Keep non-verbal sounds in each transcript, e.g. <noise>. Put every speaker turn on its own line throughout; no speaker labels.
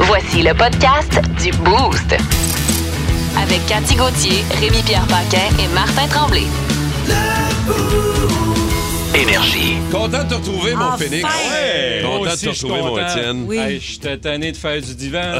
Voici le podcast du Boost. Avec Cathy Gauthier, Rémi-Pierre Paquin et Martin Tremblay.
Énergie.
Content de te retrouver, mon
Enfin!
Phoenix.
Ouais!
Content
Moi
de
aussi,
te
je suis
retrouver, mon
content.
Étienne.
Oui.
Hey, je suis tanné de faire du
<laughs>
<laughs>
divan.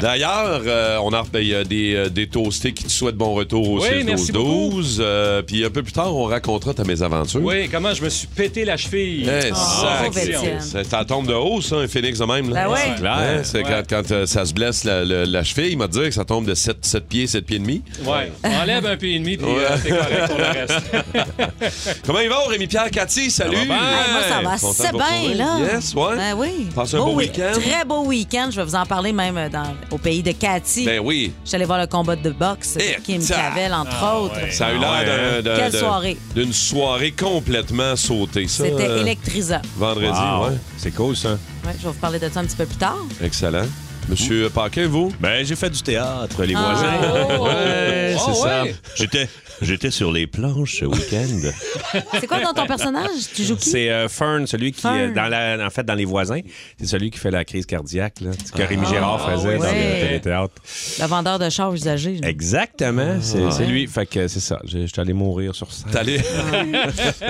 D'ailleurs, euh, on a il y a des, euh, des toastés qui te souhaitent bon retour au
Oui,
6 12
merci beaucoup.
12 euh, Puis un peu plus tard, on racontera ta mésaventures.
oui, comment je me suis pété la cheville.
Eh,
Ah,
sac,
pauvre
c'est-
Étienne.
c'est- ça tombe de haut, ça, un phénix de même. Là.
Ben ouais.
C'est clair. c'est
Ouais.
Quand, quand, euh, ça se blesse la, la- la cheville, il m'a dit que ça tombe de 7, pieds, 7 pieds et demi.
Ouais.
<laughs>
Enlève un pied et demi, puis euh, c'est correct pour le reste.
<laughs> Comment il va, Rémi-Pierre, Cathy? Salut!
Ça va bien.
Hey, moi, ça va
Content
assez
de vous retrouver.
Ah, bien, là.
Yes, ouais.
Ben oui.
Passe un beau
oui,
week-end.
Très beau week-end. Je vais vous en parler même euh, dans, au pays de Cathy.
Ben oui.
Je suis allée voir le combat de boxe
Eh,
de Kim
ça.
Clavel, entre
Ah,
autres.
Ça a eu l'air d'un- d'un-
Quelle
d'un-
soirée.
d'une soirée complètement sautée. ça,
C'était
euh,
électrisant.
Vendredi,
Wow.
ouais.
C'est cool, ça.
Ouais, je vais vous parler de ça un petit peu plus tard.
Excellent. Monsieur Paquin, vous?
Ben, j'ai fait du théâtre, les voisins. <laughs>
Ah,
Ouais,
Oh,
c'est ça.
ouais.
J'étais, j'étais sur les planches ce week-end.
C'est quoi dans Oh, ton personnage? Tu joues qui?
C'est euh, Fern, celui qui, euh,
Fern.
dans la, en fait, dans les voisins, c'est celui qui fait la crise cardiaque, là, ce que Rémi Gérard faisait dans
Ah, ouais.
le téléthéâtre.
Le vendeur de chars usagés. là. Ah.
Exactement, c'est, c'est lui. Fait que c'est ça. J'ai- J'étais allé mourir sur scène.
T'as
<laughs>
allé-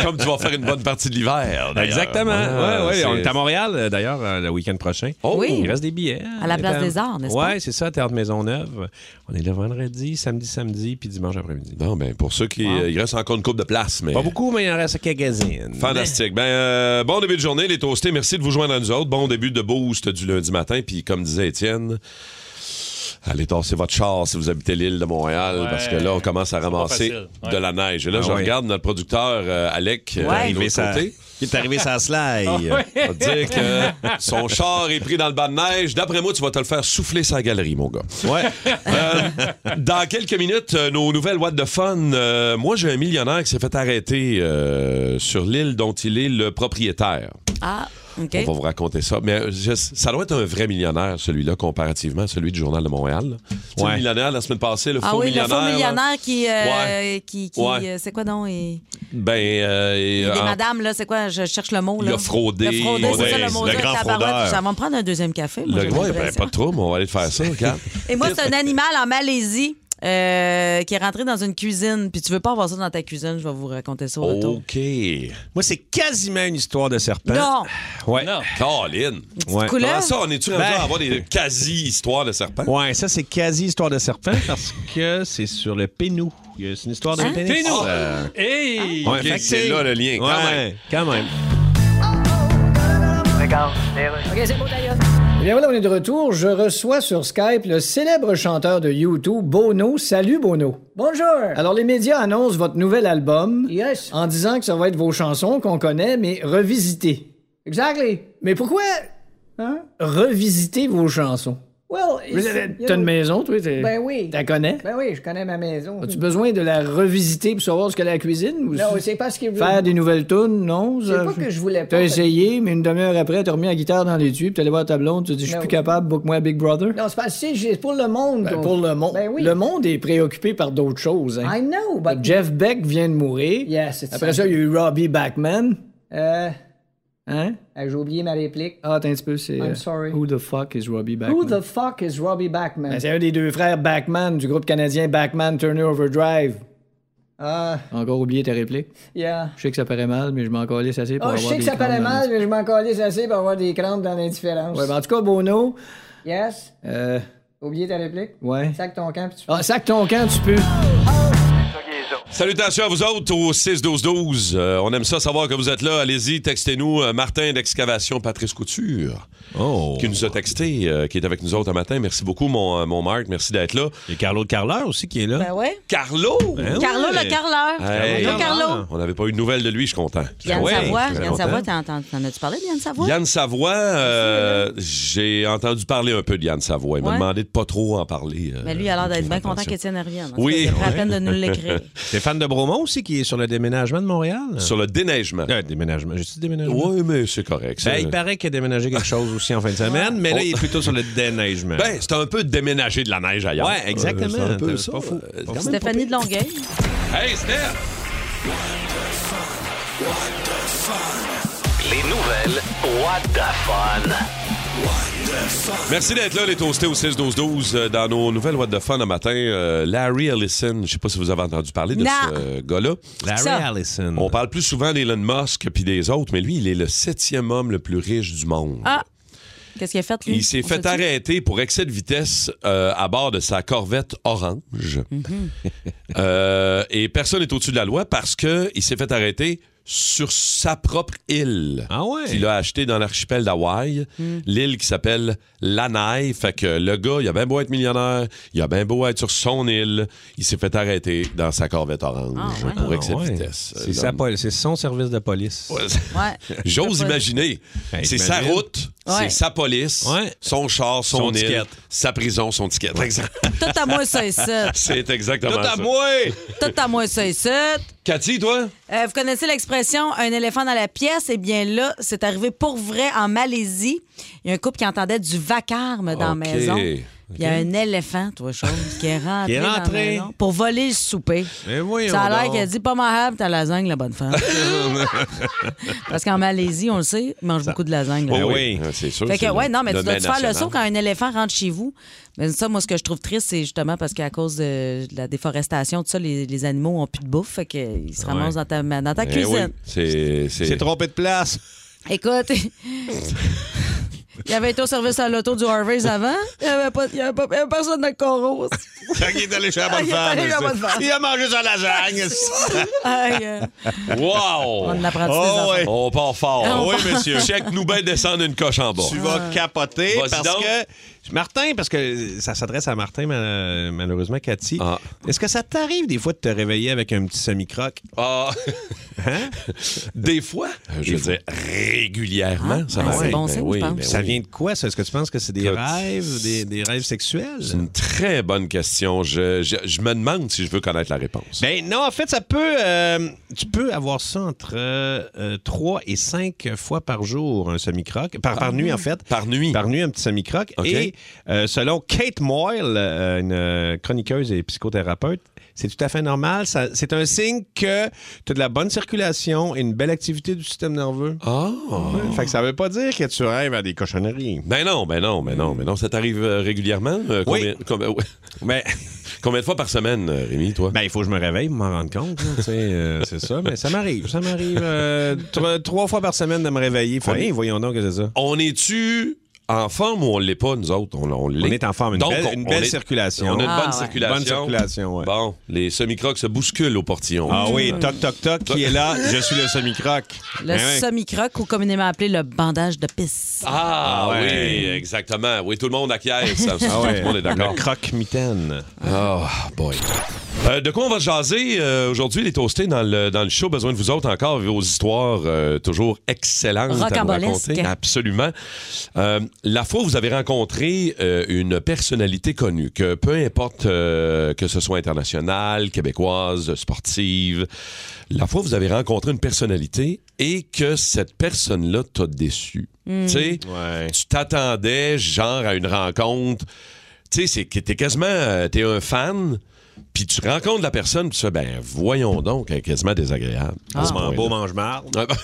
Comme tu vas faire une bonne partie de l'hiver. d'ailleurs.
Exactement.
Ah,
ouais, ouais.
c'est-
On est à Montréal, euh, d'ailleurs, euh, le week-end prochain.
Oh,
Oui.
Il reste des billets.
À la
On est
Place des Arts, n'est-ce pas?
Ouais, c'est ça, Théâtre Maisonneuve. On est là vendredi, samedi, samedi, puis dimanche après-midi.
Non, ben pour ceux qui. euh, Il reste encore une coupe de place, mais.
Pas beaucoup, mais il en reste quelques-unes.
Fantastique. Ben, euh, bon début de journée, les toastés. Merci de vous joindre à nous autres. Bon début de boost du lundi matin. Puis, comme disait Étienne, allez tasser votre char si vous habitez l'île de Montréal,
Ouais.
parce que là, on commence à
C'est pas
ramasser
facile. Ouais.
de la neige. Et là,
Ah
je
ouais.
regarde notre producteur, euh, Alec, euh, de
arrivé
l'autre
sa-
côté.
Il est arrivé sans slide.
euh, On va te dire que son char est pris dans le bas de neige. D'après moi, tu vas te le faire souffler sa galerie, mon gars.
Ouais.
Euh, dans quelques minutes, euh, nos nouvelles What de Fun. Euh, moi, j'ai un millionnaire qui s'est fait arrêter euh, sur l'île dont il est le propriétaire.
Ah, OK.
On va vous raconter ça. Mais euh, je- ça doit être un vrai millionnaire, celui-là, comparativement à celui du Journal de Montréal. là. Tu sais,
Ouais.
le millionnaire, la semaine passée, le
Ah
faux
oui, le
millionnaire.
faux
là.
millionnaire qui... euh,
Ouais.
qui, qui,
Ouais.
euh, c'est quoi donc? Il,
Ben, euh, et,
il est
en-
madame, là, c'est quoi? Je cherche le mot. Là.
Il a fraudé.
Le fraudé, c'est
Ouais,
ça le mot.
le
là,
grand
tabarouette.
fraudeur.
Ça va me prendre un deuxième café. moi,
le
j'ai
gars, ben,
l'impression.
pas de trouble, on va aller te faire ça, regarde.
Et moi, c'est un animal en Malaisie euh, qui est rentré dans une cuisine. Puis tu veux pas avoir ça dans ta cuisine, je vais vous raconter
Oh.
ça au retour.
OK.
Moi, c'est quasiment une histoire de serpent.
Non!
Ouais.
Non.
Caroline.
Ouais.
couleur.
Comment Ah, ça, on est-tu rendu
Ben-
à avoir des quasi-histoires de serpents?
Ouais, ça, c'est quasi histoire de serpent parce que c'est sur le pénou. C'est une histoire de
Hein?
pénis.
Pénou.
Ah!
Euh,
Hey!
ouais,
Ok,
fait que
c'est là le lien, quand
Ouais,
même.
Quand même.
Eh bien voilà, on est de retour. Je reçois sur Skype le célèbre chanteur de YouTube, Bono. Salut Bono. Bonjour. Alors les médias annoncent votre nouvel album. Yes. En disant que ça va être vos chansons qu'on connaît, mais revisitées. Exactly. Mais pourquoi revisiter vos chansons?
Well,
Hein? Vous
it's-
avez-
you
T'as une
know,
maison, toi? t'es-
Ben oui.
T'as connais?
Ben oui, je connais ma maison.
As-tu besoin de la revisiter pour savoir ce qu'elle a à la cuisine? Ou
Non, c'est pas ce qu'il veut.
Faire des nouvelles tunes, non?
C'est
ça-
pas que je voulais pas.
T'as essayé, mais une demi-heure après, t'as remis la guitare dans les tubes, t'es allé voir ta blonde, tu dis, je suis
Non.
plus capable, book-moi à Big Brother.
Ben Non, c'est pas si, j'ai- c'est pour le monde.
Ben,
donc.
pour le monde.
Ben oui.
Le monde est préoccupé par d'autres choses. hein.
I know, but.
Jeff Beck vient de mourir.
Yes, it's
Après ça, il y a eu Robbie Backman.
Euh,
Hein?
j'ai oublié ma réplique.
Ah, attends un petit peu, c'est.
I'm
euh,
sorry.
Who the fuck is Robbie Backman?
Who the fuck is Robbie Backman?
Ben, c'est un des deux frères Backman du groupe canadien Backman Turner Overdrive.
Ah,
Encore oublié ta réplique.
yeah.
Je sais que ça paraît mal, mais je m'en calisse assez pour
Oh,
avoir
je sais
des
que ça
crampes
paraît
dans
mal, mais je m'en calisse assez pour avoir des crampes dans l'indifférence.
le- Ouais, ben, en tout cas, Bono.
Yes?
Euh.
Oublié ta réplique?
Ouais.
Sac ton camp, puis tu.
Ah, sac ton camp, tu peux.
Salutations à vous autres au 6-12-12. Euh, on aime ça savoir que vous êtes là. Allez-y, textez-nous. Euh, Martin d'Excavation Patrice Couture,
Oh.
qui nous a texté, euh, qui est avec nous autres un matin. Merci beaucoup, mon, euh, mon Marc. Merci d'être là.
Il y a Carlo de Carleur aussi qui est là.
Ben ouais.
Carlo!
Hein?
Carlo
Ouais.
le carleur.
Hey.
Bonjour, Carlo.
On n'avait pas eu de nouvelles de lui, je suis content. Ben
Yann
Ouais,
Savoie.
je suis
Yann
content.
Savoie, t'en, t'en- t'en as-tu parlé de Yann Savoie?
Yann Savoie, euh, j'ai entendu parler un peu de Yann Savoie. Il m'a
Ouais.
demandé de pas trop en parler. euh,
Mais Ben, lui, il a l'air d'être bien content
attention.
qu'Étienne revienne. En tout
Oui,
cas, Il a pris la
ouais.
peine de nous
<laughs>
<laughs>
l'écrire.
Stéphane de Bromont aussi qui est sur le déménagement de Montréal.
Sur le déneigement.
Euh, déménagement. J'ai dit déménagement.
Oui, mais c'est correct.
Ben,
ça.
il paraît qu'il a déménagé quelque chose aussi en fin de semaine, mais là, il est plutôt sur le déneigement.
Ben, c'est un peu déménager de la neige ailleurs.
Ouais, exactement.
Euh, C'est un peu
C'est
ça.
pas fou.
Euh, quand même
Stéphanie de Longueuil.
Hey, Steph!
Les nouvelles What the Fun.
Merci d'être là, les toastés au 6-12-12. Euh, Dans nos nouvelles What the Fun un matin, euh, Larry Ellison, je sais pas si vous avez entendu parler de
Non.
ce euh, gars-là.
Larry
Ça.
Allison.
On parle plus souvent d'Elon Musk puis des autres, mais lui, il est le septième homme le plus riche du monde.
Ah! Qu'est-ce qu'il a fait, lui?
Il s'est
On
fait
sait-tu?
arrêter pour excès de vitesse euh, à bord de sa corvette orange.
Mhm.
<laughs> Euh, et personne n'est au-dessus de la loi parce qu'il s'est fait arrêter sur sa propre île.
Ah ouais? Hmm.
Qu'il a acheté dans l'archipel d'Hawaï, l'île qui s'appelle Lanai. Fait que le gars, il a bien beau être millionnaire, il a bien beau être sur son île, il s'est fait arrêter dans sa corvette orange
Ah ouais.
pour
Ah
excès
ouais.
de vitesse. Euh,
C'est
<laughs>
sa poli- c'est son service de police.
Ouais.
J'ose
Je sais pas.
imaginer.
Hey,
c'est sa
t'imagines?
route, c'est
Ouais.
sa police,
Ben, Ouais.
son char, son,
Son
île,
ticket.
sa prison, son ticket.
Tout à moi, ça et ça.
<laughs> C'est exactement
Tout à
ça.
moi!
Tout à moi, ça et ça.
Cathy, toi?
Euh, vous connaissez l'expression un éléphant dans la pièce? Eh bien là, c'est arrivé pour vrai en Malaisie. Il y a un couple qui entendait du vacarme dans
OK.
la maison. Puis Il y a un éléphant, toi, chose,
<laughs>
qui est rentré,
Qui est
dans la
rentré.
maison pour voler le souper.
Mais voyons
Ça a l'air
donc.
qu'elle dit pas ma ta lasagne, la
<laughs>
<laughs>
bonne femme. Parce qu'en Malaisie, on le sait, ils mangent beaucoup de lasagne. là.
Ben
oui.
Ah, C'est sûr.
Fait que,
c'est
ouais, non, mais tu
le
dois te
domaine
faire le
national.
saut quand un éléphant rentre chez vous. Mais ça, moi, ce que je trouve triste, c'est justement parce qu'à cause de la déforestation, tout ça, les, les animaux ont plus de bouffe. Fait qu'ils se ramassent dans ta, Euh, dans ta
Eh
cuisine.
oui, c'est-
C'est
C'est
trompé de place.
Écoute. <laughs> Il avait été au service à l'auto du Harvey's avant. Il n'y avait, pas- il y avait pas- il y avait personne dans le coraux.
Quand il est allé chez la bonne
Il Ah, est allé chez la
femme.
bonne femme.
Il a mangé sa lasagne.
<laughs> Aïe, euh,
Wow!
on apprend tous les
Oh,
enfants.
ouais.
On part fort.
Ah, on
oui,
part- Ah.
monsieur. Check nous bien descendre une coche en bas.
Tu vas capoter
Vas-y
parce
donc.
que. Martin, parce que ça s'adresse à Martin, mal- malheureusement, Cathy.
Ah.
Est-ce que ça t'arrive des fois de te réveiller avec un petit semi-croc?
Ah,
<laughs> Hein? Euh,
des fois, je veux dire régulièrement, ça
Ah, c'est
m'arrive.
bon
Ben
signe,
oui,
je pense.
ben
ça
oui.
vient de quoi, ça? Est-ce que tu penses que c'est des
Écoute,
rêves, des, des rêves sexuels?
C'est une très bonne question. Je, je- je me demande si je veux connaître la réponse.
Ben non, en fait, ça peut. euh, tu peux avoir ça entre 3 et 5 fois par jour, un semi-croc. Par, par nuit, en fait.
Ah. Par nuit.
Par nuit, un petit semi-croc.
OK.
Et euh, selon Kate Moyle, euh, une euh, chroniqueuse et psychothérapeute, c'est tout à fait normal. Ça- C'est un signe que tu as de la bonne circulation et une belle activité du système nerveux.
Ah!
Fait que ça veut pas dire que tu rêves à des cochonneries.
Ben non, ben non, ben non, ben non. Ça t'arrive euh, régulièrement? Euh,
Oui.
combien, combien-
<laughs> Mais
<laughs> combien de fois par semaine, euh, Rémi, toi?
ben, il faut que je me réveille pour m'en rendre compte. là, tu sais, euh, c'est ça, mais ça m'arrive. Ça m'arrive euh, tro- trois fois par semaine de me réveiller. Faut, hey, voyons donc que c'est ça.
<laughs> On est-tu en forme ou on l'est pas, nous autres? On, on, l'est.
On est en forme, une
Donc,
belle-
on-
une
on
belle
est-
circulation.
On a une
Ah,
bonne
ouais.
circulation.
Bonne circulation, ouais.
Bon, les semi-crocs se bousculent au portillon.
Ah oui, toc toc toc, qui
<laughs>
est là? Je suis le semi-croc.
Le
Ben ouais.
semi-croc, ou communément appelé le bandage de pisse.
Ah,
Ah
oui,
ouais.
exactement. Oui, tout le monde acquiesce. ça.
Ah ouais,
Tout le monde est d'accord.
Le croque-mitaine.
Oh, boy. Euh, de quoi on va jaser euh, aujourd'hui, les toastés, dans le, dans le show? Besoin de vous autres encore, vos histoires euh, toujours excellentes à nous
Rocambolesques.
raconter. Absolument. Euh, la fois où vous avez rencontré euh, une personnalité connue, que peu importe euh, que ce soit internationale, québécoise, sportive, la fois où vous avez rencontré une personnalité et que cette personne-là t'a déçu. Tu sais,
Ouais.
tu t'attendais genre à une rencontre. Tu sais, c'est que t'es quasiment euh, t'es un fan, puis tu rencontres la personne, puis tu fais ben voyons donc, elle est quasiment désagréable. à ce point-là.
Mange Ah. beau, mange <laughs> marde.
<laughs>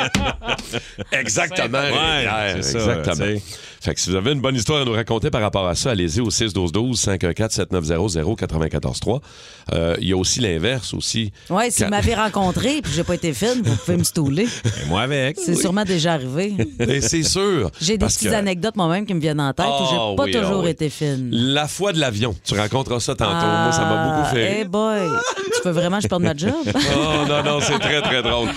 Ouais, ben- exactement.
Ouais,
Pierre,
c'est ça,
exactement.
tu sais.
Fait que si vous avez une bonne histoire à nous raconter par rapport à ça, allez-y au 6 12 12 514 7900 94 3. Euh, Il y a aussi l'inverse aussi.
Ouais, si
Quand-
vous m'avez rencontré puis j'ai pas été fine, vous pouvez me stouler.
<laughs> Et moi avec.
C'est sûrement déjà arrivé.
<laughs> Et Ben, c'est sûr.
J'ai des
parce
petites
que-
anecdotes moi-même qui me viennent en tête où
Ah
j'ai pas
oui, ah
toujours
oui.
été fine.
La fois de l'avion. Tu rencontres ça tantôt. Moi, ça m'a beaucoup fait.
Eh
rire.
boy, tu peux vraiment que je perde
<laughs>
ma job?
Oh non, non, c'est très, très drôle.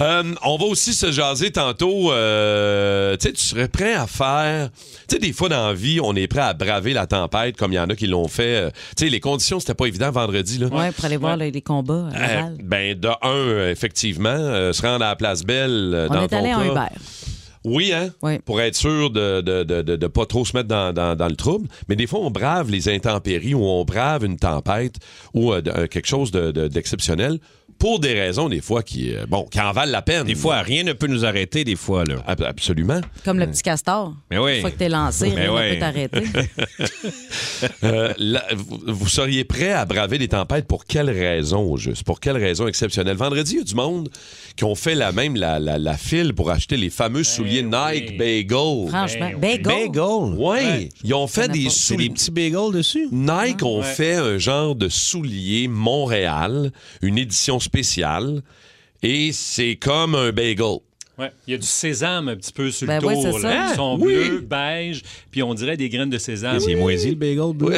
Euh, on va aussi se jaser tantôt. euh, tu sais, tu serais prêt à faire. Tu sais, des fois dans la vie, on est prêt à braver la tempête comme il y en a qui l'ont fait. Euh, Tu sais, les conditions, c'était pas évident vendredi, là.
Ouais, pour aller voir les, les combats à
Euh,
Laval.
ben, de un, euh, effectivement, euh, se rendre à la place Belle euh,
On
dans
est
ton
allé à
cas.
Uber.
Oui, hein?
Oui.
Pour être sûr de ne de, de- de- de pas trop se mettre dans, dans- dans le trouble. Mais des fois, on brave les intempéries ou on brave une tempête ou euh, de- euh, quelque chose de- de- d'exceptionnel pour des raisons, des fois, qui, euh, bon, qui en valent la peine.
Des fois, rien ne peut nous arrêter, des fois, là.
Ab- Absolument.
Comme le petit castor.
Mais oui.
Une fois que t'es lancé,
Mais
rien ne
oui.
peut t'arrêter.
<laughs> Euh, la- vous, vous seriez prêt à braver les tempêtes pour quelle raison, au juste? Pour quelle raison exceptionnelle? Vendredi, il y a du monde qui ont fait la même la, la- la file pour acheter les
Ben
fameux souliers Nike Bagel.
Franchement.
Ben
Bagel.
Oui, ils ont fait
connais
des
pas.
C'est des
souliers.
petits bagels dessus.
Nike ont
Ouais.
fait un genre de soulier Montréal, une édition spéciale, et c'est comme un bagel.
Ouais. Il y a du sésame un petit peu sur
Ben
le
ouais,
tour.
c'est
là.
ça.
Ils sont
Ah! Oui.
bleus, beige, puis on dirait des graines de sésame.
C'est moisi, le bagel bleu.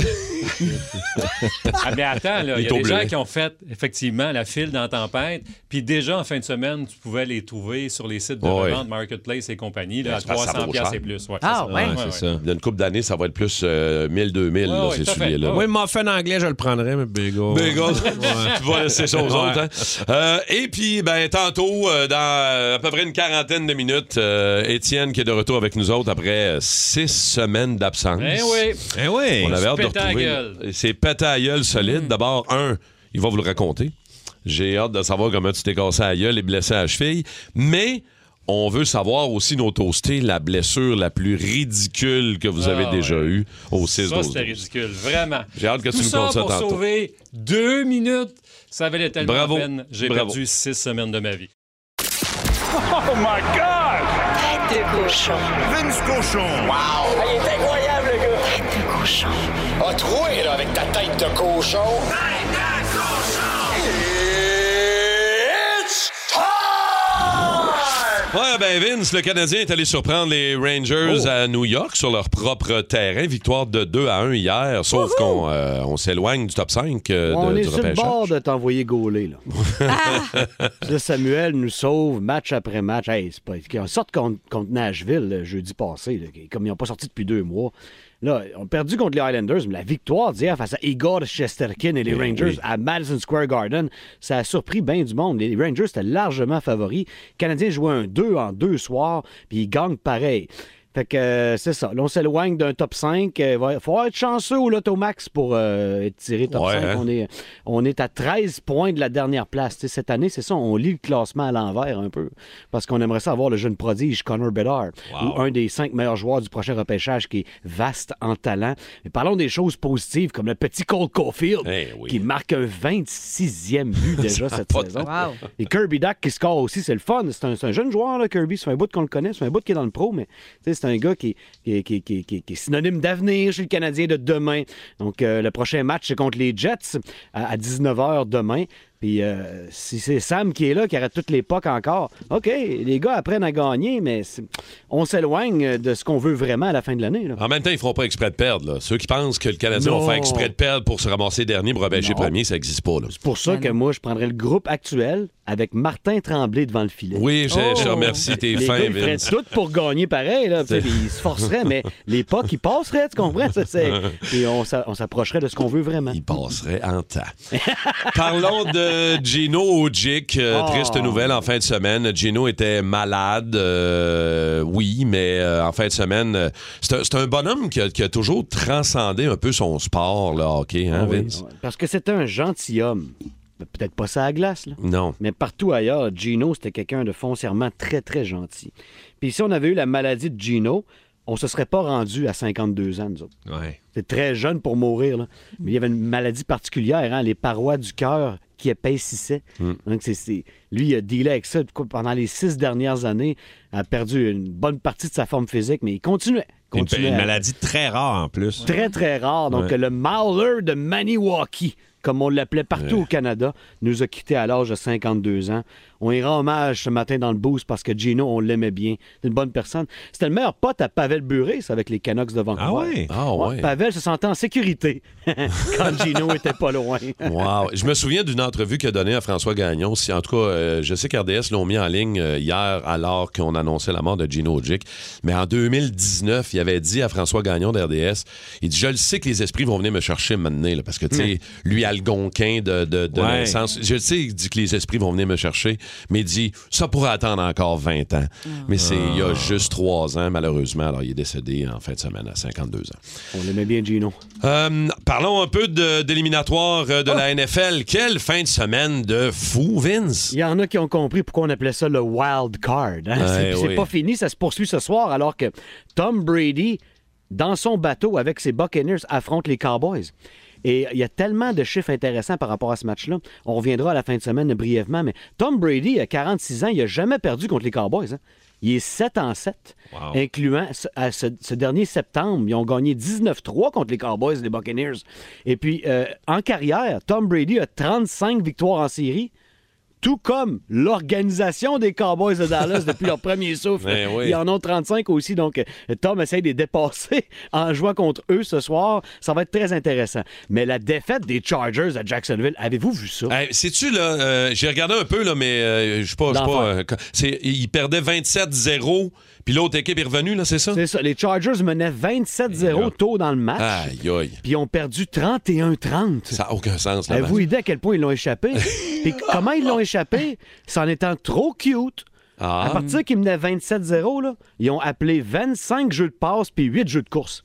Ah, mais attends, là, il y a
taux
des gens
bleus.
qui ont fait effectivement la file dans Tempête, puis déjà en fin de semaine, tu pouvais les trouver sur les sites de
Ouais.
revente, Marketplace et compagnie, là,
Ben,
à
c'est parce que ça
300
vaut
piastres
cher.
et plus. Ouais, c'est ça.
Ah, ouais.
Ouais, c'est ça.
Il y a une couple d'années, ça va être plus euh, 1000, 2000, là,
Ouais, ouais,
ces
tout à fait.
souliers-là.
Ouais.
Oui, mais en anglais, je le prendrais, mais bagel.
Bagel.
<laughs>
tu vas laisser ça aux
Ouais.
autres. hein? Euh, et puis, ben, tantôt, euh, dans euh, à peu près une quarantaine de minutes, euh, Étienne qui est de retour avec nous autres après euh, six semaines d'absence.
Eh oui.
Eh oui.
On avait hâte de
pète à la
retrouver.
gueule. Mm.
C'est pété à la gueule solide. D'abord, un, il va vous le raconter. J'ai hâte de savoir comment tu t'es cassé à la gueule et blessé à la cheville. Mais on veut savoir aussi nos toastés, la blessure la plus ridicule que vous
Ah,
avez déjà
ouais.
eue au 6
Ça,
12
c'était ridicule, vraiment.
J'ai hâte que
Tout
tu me
ça
comptes ça
pour
tantôt.
sauver deux minutes. Ça valait tellement
Bravo.
la peine. J'ai
Bravo.
perdu six semaines de ma vie.
Oh
Tête de cochon.
Vince Cochon.
Ah, il est incroyable, le gars!
Tête de cochon.
A troué, là, avec ta tête de cochon. Tête de cochon! It's time!
Ouais, ben Vince, le Canadien est allé surprendre les Rangers
Oh.
à New York sur leur propre terrain. Victoire de 2 à 1 hier, sauf qu'on euh, on s'éloigne du top 5 euh,
On
de,
est
du
sur le
repêchage.
bord de t'envoyer gauler, là. Là, Samuel nous sauve match après match. Hey, c'est pas... On sort contre, contre Nashville là, jeudi passé, là, qui- comme ils n'ont pas sorti depuis deux mois. Là, on a perdu contre les Islanders, mais la victoire d'hier face à Igor Shesterkin et
Eh
les Rangers à Madison Square Garden, ça a surpris bien du monde. Les Rangers étaient largement favoris. Les Canadiens jouaient un 2 en deux soirs, puis ils gagnent pareil. Fait que euh, c'est ça. Là, on s'éloigne d'un top 5. Il va falloir être chanceux au Lotto Max pour euh, être tiré top
Ouais,
5.
hein.
On est, on est à 13 points de la dernière place. Tu sais, cette année, c'est ça, on lit le classement à l'envers un peu parce qu'on aimerait ça avoir le jeune prodige Connor Bedard ou un des cinq meilleurs joueurs du prochain repêchage qui est vaste en talent. Mais parlons des choses positives comme le petit Cole Caulfield
Eh oui.
qui marque un
<laughs>
26e but déjà cette saison.
Wow.
Et Kirby Duck qui score aussi, c'est le fun. C'est un, c'est un jeune joueur, là, Kirby. C'est un bout qu'on le connaît, c'est un bout qui est dans le pro, mais tu sais, c'est un gars qui, qui, qui- qui- qui- qui est synonyme d'avenir chez le Canadien de demain. Donc, euh, le prochain match, c'est contre les Jets à, 19h demain. Puis, euh, si c'est Sam qui est là, qui arrête toutes les pocs encore, OK, les gars apprennent à gagner, mais c'est- on s'éloigne de ce qu'on veut vraiment à la fin de l'année. là.
En même temps, ils feront pas exprès de perdre. là. Ceux qui pensent que le Canadien va
Non.
faire exprès de perdre pour se ramasser dernier, pour repêcher
Non.
premier, ça n'existe pas. là.
C'est pour ça
Ben
que moi, je prendrais le groupe actuel avec Martin Tremblay devant le filet.
Oui, je, je te
Oh.
remercie, t'es
les gars,
fin,
ils feraient
Vince.
tout pour gagner pareil. Là, tu sais, ils se
<laughs>
forceraient, mais les pas qui passeraient, tu comprends? Ça, c'est- et on s'a- on s'approcherait de ce qu'on veut vraiment.
Il passerait en temps. <laughs> Parlons de Gino Ojic. Euh,
Oh.
Triste nouvelle en fin de semaine. Gino était malade, euh, oui, mais euh, en fin de semaine, euh, c'est un, c'est un bonhomme qui a, qui a toujours transcendé un peu son sport, le hockey, hein,
Ah oui,
Vince?
ouais. Parce que c'était un gentilhomme. Mais Peut-être pas ça à glace, là.
Non.
Mais partout ailleurs, Gino, c'était quelqu'un de foncièrement très, très gentil. Puis si on avait eu la maladie de Gino, on se serait pas rendu à 52 ans, nous autres.
Ouais.
C'est très jeune pour mourir. là. Mais il y avait une maladie particulière, hein, les parois du cœur qui épaississaient.
Mm.
Donc, c'est, c'est- lui, il a dealé avec ça du coup, pendant les six dernières années. a perdu une bonne partie de sa forme physique, mais il continuait.
Une,
continuait
une
à-
maladie très rare en plus.
Très, très rare. Donc,
Ouais.
le Mauler de Maniwaki, comme on l'appelait partout au Canada, nous a quittés à l'âge de 52 ans. On y rend hommage ce matin dans le boost parce que Gino, on l'aimait bien. C'est une bonne personne. C'était le meilleur pote à Pavel Buris avec les Canucks de Vancouver.
Ah ouais?
Ah ouais.
Pavel se sentait en sécurité <laughs>
<laughs>
quand Gino était pas loin.
Wow. Je me souviens d'une entrevue qu'il a donnée à François Gagnon. Si, en tout cas, euh, je sais qu'RDS l'ont mis en ligne euh, hier alors qu'on annonçait la mort de Gino Ojic. Mais en 2019, il avait dit à François Gagnon d'RDS, il dit, je le sais que les esprits vont venir me chercher maintenant, là, parce que, tu sais, lui, Algonquin de, de, de
Ouais.
naissance, je sais il dit que les esprits vont venir me chercher. mais dit ça pourrait attendre encore 20 ans. Mais c'est il y a juste 3 ans, malheureusement. Alors, il est décédé en fin de semaine à 52 ans.
On l'aimait bien, Gino.
Euh, parlons un peu de- d'éliminatoire euh, de,
Ah.
la NFL. Quelle fin de semaine de fou, Vince!
Il y en a qui ont compris pourquoi on appelait ça le wild card. hein.
Ouais,
c'est c'est
oui.
pas fini, ça se poursuit ce soir, alors que Tom Brady, dans son bateau avec ses Buccaneers, affronte les Cowboys. Et il y a tellement de chiffres intéressants par rapport à ce match-là. On reviendra à la fin de semaine brièvement, mais Tom Brady, à 46 ans, il n'a jamais perdu contre les Cowboys. hein. Il est 7 en 7, incluant ce, à ce- ce dernier septembre. Ils ont gagné 19-3 contre les Cowboys, les Buccaneers. Et puis, euh, en carrière, Tom Brady a 35 victoires en série tout comme l'organisation des Cowboys de Dallas depuis leur premier souffle.
Ben oui.
Ils Euh, en ont 35 aussi, donc euh, Tom essaye de les dépasser <laughs> en jouant contre eux ce soir. Ça va être très intéressant. Mais la défaite des Chargers à Jacksonville, avez-vous vu ça?
Hey, Sais-tu, là, euh, j'ai regardé un peu, là, mais euh, je sais pas. je sais pas,
L'enfer.
euh, quand- c'est- il perdait 27-0, puis l'autre équipe est revenue, là, c'est Ah, ça?
C'est ça, les Chargers menaient 27-0 tôt dans le match,
Aïe, aïe.
puis ils ont perdu 31-30.
Ça n'a aucun sens, là.
Avez-vous idée à quel point ils
<laughs>
l'ont échappé? Et comment ils l'ont échappé? C'est en étant trop cute. À
Ah,
partir qu'ils menaient 27-0, là, ils ont appelé 25 jeux de passe puis 8 jeux de course.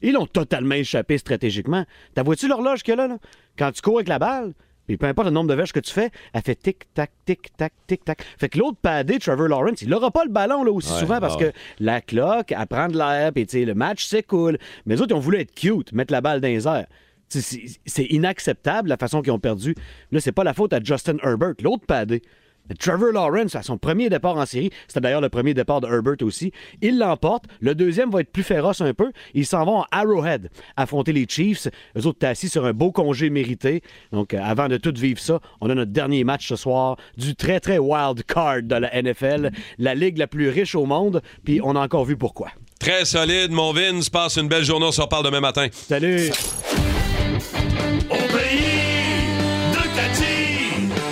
Ils l'ont totalement échappé stratégiquement. T'as vois-tu l'horloge qu'il y a là, là? Quand tu cours avec la balle, puis peu importe le nombre de verges que tu fais, elle fait tic-tac, tic-tac, tic-tac. Fait que l'autre padé, Trevor Lawrence, il n'aura pas le ballon là, aussi
Ouais,
souvent parce
ouais.
que la cloque, elle prend de l'air, puis tu sais, le match s'écoule. Mais les autres, ils ont voulu être cute, mettre la balle dans les airs. Tu sais, C'est c'est inacceptable la façon qu'ils ont perdu. Là, c'est pas la faute à Justin Herbert, l'autre padé. Mais Trevor Lawrence, à son premier départ en série, c'était d'ailleurs le premier départ de Herbert aussi, il l'emporte. Le deuxième va être plus féroce un peu. Ils s'en vont à Arrowhead affronter les Chiefs. Eux autres, t'es assis sur un beau congé mérité. Donc, euh, avant de tout vivre ça, on a notre dernier match ce soir du très, très wild card de la NFL, la ligue la plus riche au monde. Puis, on a encore vu pourquoi.
très solide, mon Vince. Passe une belle journée. On se reparle demain matin.
Salut!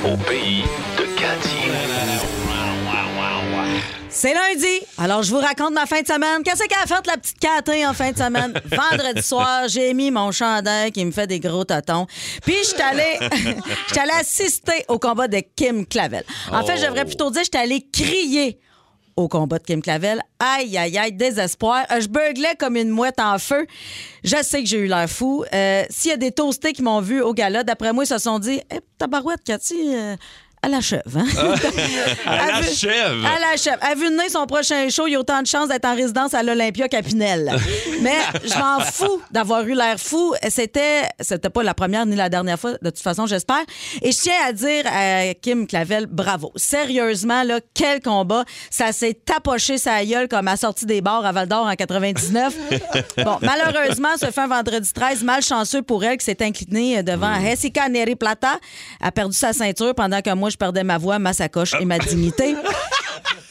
Au pays de Cathy.
C'est lundi. Alors, je vous raconte ma fin de semaine. Qu'est-ce qu'elle a fait, la petite catée en fin de semaine? Vendredi soir, j'ai mis mon chandail qui me fait des gros totons. Puis, je suis allée, <laughs> je suis allée assister au combat de Kim Clavel. En fait, je devrais plutôt dire, je suis allée crier au combat de Kim Clavel. Aïe, aïe, aïe, désespoir. Euh, Je beuglais comme une mouette en feu. Je sais que j'ai eu l'air fou. Euh, S'il y a des toastés qui m'ont vu au gala, d'après moi, ils se sont dit, Eh, tabarouette, Cathy, euh, elle achève. Hein?
Elle
vu-
achève.
Elle achève. À vue de nez, son prochain show, il y a autant de chances d'être en résidence à l'Olympia qu'à Pinel. Mais je m'en fous d'avoir eu l'air fou. C'était, c'était pas la première ni la dernière fois, de toute façon, j'espère. Et je tiens à dire à Kim Clavel, bravo. Sérieusement, là, quel combat. Ça s'est tapoché sa gueule comme à sortie des bars à Val d'Or en 99.
<laughs>
bon, malheureusement,
<laughs>
ce fin vendredi 13, malchanceux pour elle qui s'est inclinée devant
Mm.
Jessica Neri Plata, a perdu sa ceinture pendant que moi, je perdais ma voix, ma sacoche et
Ah. <laughs>
ma dignité.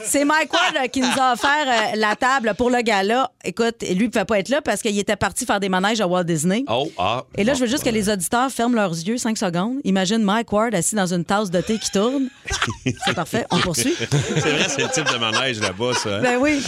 C'est Mike Ward euh, qui nous a offert euh, la table pour le gala. Écoute, lui, il ne pouvait pas être là parce qu'il était parti faire des manèges à Walt Disney.
Oh, ah.
Et là, je veux juste que les auditeurs ferment leurs yeux 5 secondes. Imagine Mike Ward assis dans une tasse de thé qui tourne. C'est parfait, on poursuit.
C'est vrai, c'est le type de manège là-bas, ça. hein? Ben
Ben
<laughs>
oui.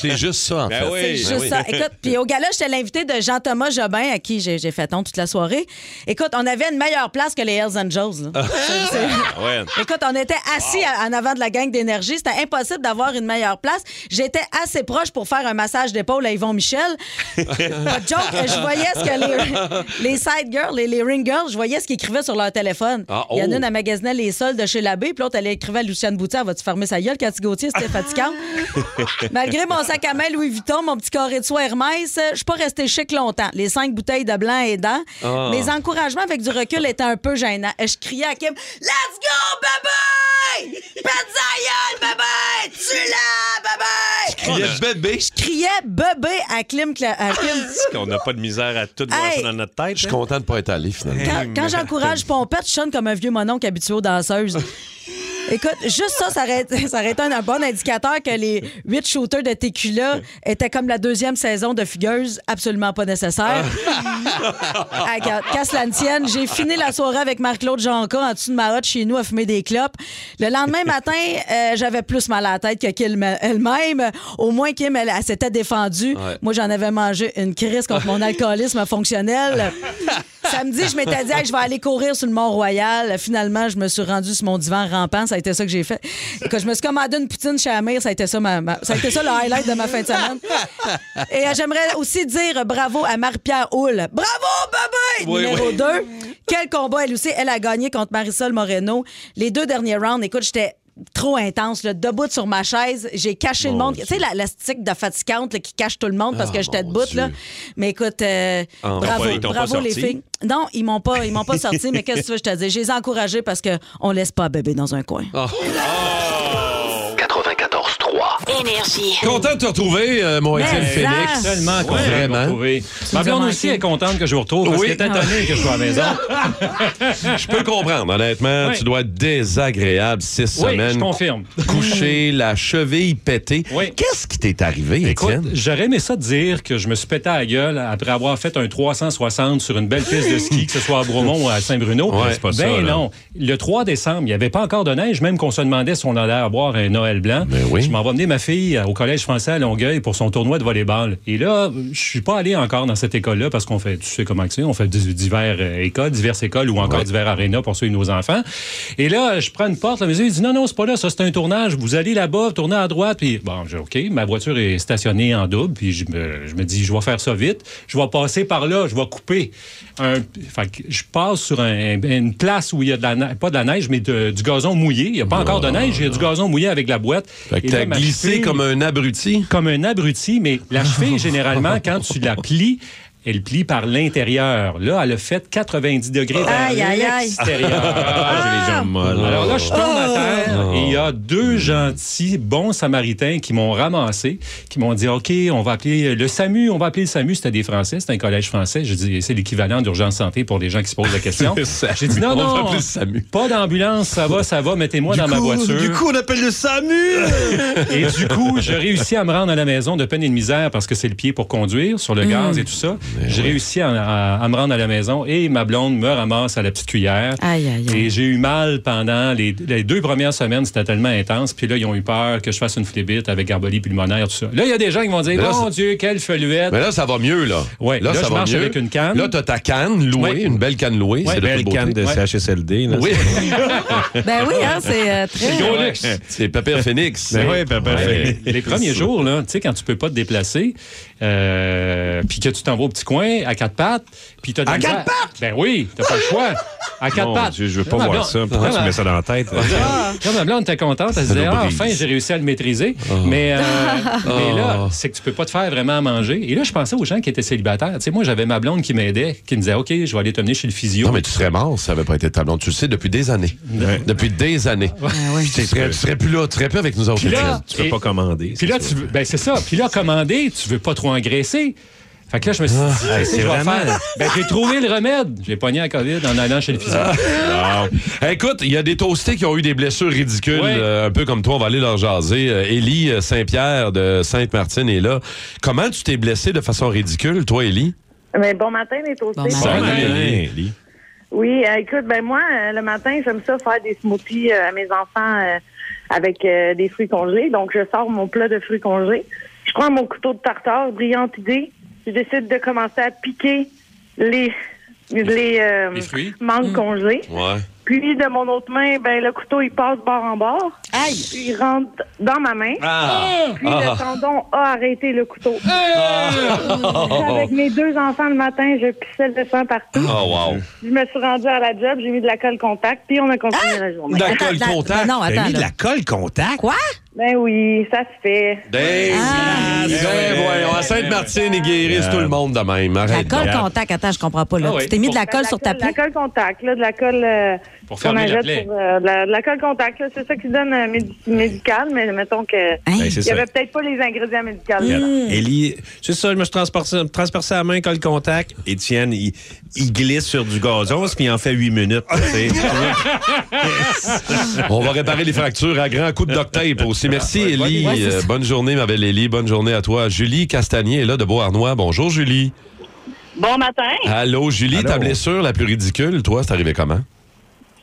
C'est juste ça, en fait.
oui.
C'est juste
Ben oui.
ça. Écoute, puis au gala, j'étais l'invité de Jean-Thomas Jobin, à qui j'ai j'ai fait honte toute la soirée. Écoute, on avait une meilleure place que les Hells Angels.
Ah.
là. C'est-
Ah,
c'est-
Ouais.
Écoute, on était assis à- en avant de la gang d'énergie. C'était impossible d'avoir une meilleure place. J'étais assez proche pour faire un massage d'épaule à Yvon Michel. Pas de joke, je voyais ce que les, les side girls, les, les ring girls, je voyais ce qu'ils écrivaient sur leur téléphone.
Ah,
Il y en a
oh.
une, elle magasinait les soldes de chez l'abbé, puis l'autre, elle écrivait à Luciane Boutier, elle va-tu fermer sa gueule, Cathy Gauthier, c'était fatigant. Malgré mon sac à main Louis Vuitton, mon petit carré de soie Hermès, euh, je suis pas restée chic longtemps. Les cinq bouteilles de blanc aidant. Mes encouragements avec du recul étaient un peu gênants. Et Je criais à Kim, « Let's go, bébé! Pète sa gueule, bébé! Tu l'as, bébé!
Il y a
<laughs>
bébé. »
Je criais bébé à Kim, Cla- à Kim.
<laughs>
On n'a pas de misère à tout voir
Hey.
ça dans notre tête. hein.
Je suis content de pas être allé, finalement.
Quand, quand j'encourage Pompette, je sonne comme un vieux mononcle habitué aux danseuses. Écoute, juste ça, ça aurait, été- ça aurait été un bon indicateur que les huit shooters de Tequila étaient comme la deuxième saison de Fugueuse, absolument pas nécessaire. Ah, Regarde, qu'à cela ne tienne, j'ai fini la soirée avec Marc-Claude Jonca en dessous de ma hotte chez nous à fumer des clopes. Le lendemain matin, euh, j'avais plus mal à la tête que Kim elle-même. Au moins, Kim, elle, elle s'était défendue.
Ouais.
Moi, j'en avais mangé une crise contre mon alcoolisme fonctionnel. Samedi, je m'étais dit, Hey, je vais aller courir sur le Mont-Royal. Finalement, je me suis rendue sur mon divan rampant. Ça a été été ça que j'ai fait. Quand je me suis commandé une poutine chez Amir, ça a été ça, ma- ma- ça, a été ça le highlight de ma fin de semaine. <laughs> Et euh, j'aimerais aussi dire bravo à Marie-Pierre Houle. Bravo, bébé!
Oui,
Numéro
oui.
2. Quel combat, elle aussi. Elle a gagné contre Marisol Moreno. Les deux derniers rounds, écoute, j'étais trop intense, là, debout sur ma chaise. J'ai caché le monde. Tu sais, la, la stick de fatigante là, qui cache tout le monde parce que j'étais
Ah, mon
debout. Là.
Dieu.
Mais écoute, euh,
Ah,
bravo,
ouais, ils t'ont pas
bravo les
sorti?
filles. Non, ils m'ont pas, ils m'ont pas sorti, mais qu'est-ce que tu veux que je te dis? Je les ai encouragés parce qu'on laisse pas bébé dans
<laughs>
un coin.
Oh.
Oh.
Énergie.
Content de te retrouver, euh, mon
Mais
Étienne
ça-
Phoenix.
Tellement content de vous
Vraiment.
retrouver. Ma
nous as
blonde
manqué.
aussi est contente que je vous retrouve parce
Oui.
qu'elle est étonnée que je sois à la maison. <laughs>
<laughs> Je peux comprendre, honnêtement.
Oui.
Tu dois être désagréable six
Oui, je
semaines.
confirme. Mm.
Couché, la cheville pétée.
Oui.
Qu'est-ce qui t'est arrivé,
Écoute,
Étienne?
j'aurais aimé ça dire que je me suis pété à la gueule après avoir fait un 360 sur une belle piste de ski, que ce soit à Bromont ou à Saint-Bruno.
Ouais, c'est pas ça,
ben
là.
non. Le 3 décembre, il n'y avait pas encore de neige, même qu'on se demandait si on allait avoir un Noël blanc.
Ben oui.
Je m'en vais emmener ma fille au Collège français à Longueuil pour son tournoi de volleyball. Et là, je suis pas allé encore dans cette école-là parce qu'on fait, tu sais comment que c'est, on fait du- divers euh, écoles, diverses écoles ou encore divers arénas pour ceux et nos enfants. Et là, je prends une porte, la musique dit non, non, c'est pas là, ça c'est un tournage, vous allez là-bas, tournez à droite, puis bon, j'ai OK, ma voiture est stationnée en double, puis je me, je me dis, je vais faire ça vite, je vais passer par là, je vais couper. Un, fait que je passe sur un- une place où il y a de la neige, pas de la neige, mais de- du gazon mouillé. Il n'y a pas encore de neige, il y a du gazon mouillé avec la boîte.
Fait que
Et
t'as
là, ma
glissé
cheville-
comme un abruti.
comme un abruti, mais la cheville, généralement, quand tu la plies, elle plie par l'intérieur. Là, elle a fait 90 degrés vers
Aïe, aïe, aïe.
l'extérieur.
Ah,
Alors là, je tombe à terre et il y a deux gentils bons samaritains qui m'ont ramassé, qui m'ont dit OK, on va appeler euh, le SAMU, on va appeler le SAMU. C'était des Français, c'était un collège français. J'ai dit c'est l'équivalent d'urgence santé pour les gens qui se posent
<laughs>
la question.
Le SAMU,
J'ai dit non,
on va
non,
appeler le SAMU.
pas d'ambulance, ça va, ça va, mettez-moi dans ma voiture.
on appelle le SAMU!
Et du
<laughs>
coup, j'ai réussi à me rendre à la maison de peine et de misère parce que c'est le pied pour conduire sur
Mm.
le gaz et tout ça.
Ben
J'ai réussi à, à- à me rendre à la maison et ma blonde me ramasse à la petite cuillère.
Aïe, aïe, aïe.
Et j'ai eu mal pendant les, les deux premières semaines, c'était tellement intense. Puis là, ils ont eu peur que je fasse une flébite avec garbolie pulmonaire, tout ça. Là, il y a des gens qui vont dire
Mais là,
Mon
c'est-
Dieu, quelle feluette. <laughs>
Mais là, ça va mieux, là.
Ouais, euh, là,
ça
je
va
marche
mieux.
avec une canne.
Là, t'as ta canne louée,
Ouais.
une belle canne louée.
Ouais,
c'est de
Belle
toute beauté.
canne de
Ouais.
CHSLD. là.
Oui, <laughs>
Ben oui, hein, c'est euh, très.
Gros luxe.
c'est Pépère Phoenix.
Ben oui, papa.
Ouais,
fait-
les premiers jours, là, tu sais, quand tu peux pas te déplacer, euh, puis que tu t'en vas au petit coin à quatre pattes, puis t'as de la
À quatre
misère. Ben oui, t'as pas le choix. À quatre
Mon
pattes.
Dieu, je veux pas
Là, ma
voir
blonde-
ça. Pourquoi
là,
tu
ma-
mets ça dans la tête? euh?
Là, ma blonde était contente. Elle se disait,
nous
Ah,
brise.
enfin, j'ai réussi à le maîtriser.
Ah.
Mais,
<laughs>
euh, mais là, c'est que tu peux pas te faire vraiment à manger. Et là, je pensais aux gens qui étaient célibataires. Tu sais, moi, j'avais ma blonde qui m'aidait, qui me disait, OK, je vais aller t'emmener chez le physio.
Non, mais tu serais mort si ça n'avait pas été ta blonde. Tu le sais, depuis des années. Depuis des années. Puis Tu serais, tu serais plus là, tu serais plus avec nous autres.
Puis là,
Tu peux
et-
pas commander.
Puis là, tu veux- ben c'est ça. Puis là, commander, tu veux pas trop engraisser. Fait que là, je me suis dit,
Ah,
qu'est-ce que je vais
<laughs>
faire? Ben, j'ai trouvé le remède. J'ai pogné la COVID en allant chez le physio.
Ah. Écoute, il y a des toastés qui ont eu des blessures ridicules,
Ouais.
euh, un peu comme toi, on va aller leur jaser. Euh, Élie euh, Saint-Pierre de Sainte-Martine est là. Comment tu t'es blessé de façon ridicule, toi, Élie?
Mais bon matin, les toastés.
Bon ben,
Salut,
matin.
matin.
Élie.
Oui, euh, écoute, ben moi, euh, le matin, j'aime ça faire des smoothies euh, à mes enfants euh, avec euh, des fruits congelés. Donc, je sors mon plat de fruits congelés. Je prends mon couteau de tartare, brillante idée. Je décide de commencer à piquer les les, euh,
Les fruits?
Mm.
mangues congelées.
Ouais.
Puis, de mon autre main, ben le couteau, il passe bord en bord.
Aïe!
Puis, il rentre dans ma main. Puis, le tendon a arrêté le couteau.
Ah!
Avec mes deux enfants le matin, je pissais le sang partout.
Oh, wow.
Je me suis rendue à la job, j'ai mis de la colle contact, puis on a continué la journée.
Ah!
D'accord, le
Attends,
contact.
Ah,
Ben
Non, attends. là.
colle contact?
Quoi?
Ben oui, ça se fait.
Ben
Ah.
oui, ben voyons, à Sainte-Martine, ils guérissent tout le monde de même.
La
Arrête
colle
donc.
contact, attends, je comprends pas. Là.
Ah oui.
Tu t'es mis de la
Ben,
colle sur ta
colle- La
plaie?
colle contact, là, de la colle. euh,
Pour
qu'on
fermer la
ajoute
plaie.
sur, euh, de la, de la colle contact, là. c'est ça qui donne euh, médi- médical, mais mettons que.
Hein?
Ben, c'est
Il n'y
ça.
avait peut-être pas les ingrédients médicaux.
Hmm.
là.
Ellie, c'est ça, je me suis transpercé, transpercé la main, colle contact. Étienne, il, il glisse sur du gazon, puis il en fait huit minutes. tu sais.
On
Oh.
va réparer les fractures à grands coups de duct tape aussi. Merci, Élie.
ouais, c'est ça.
Euh, bonne journée, ma belle Élie. Bonne journée à toi. Julie Castagnier est là de Beauharnois. Bonjour, Julie.
Bon matin.
Allô, Julie,
Allô.
ta blessure la plus ridicule, toi, c'est arrivé comment?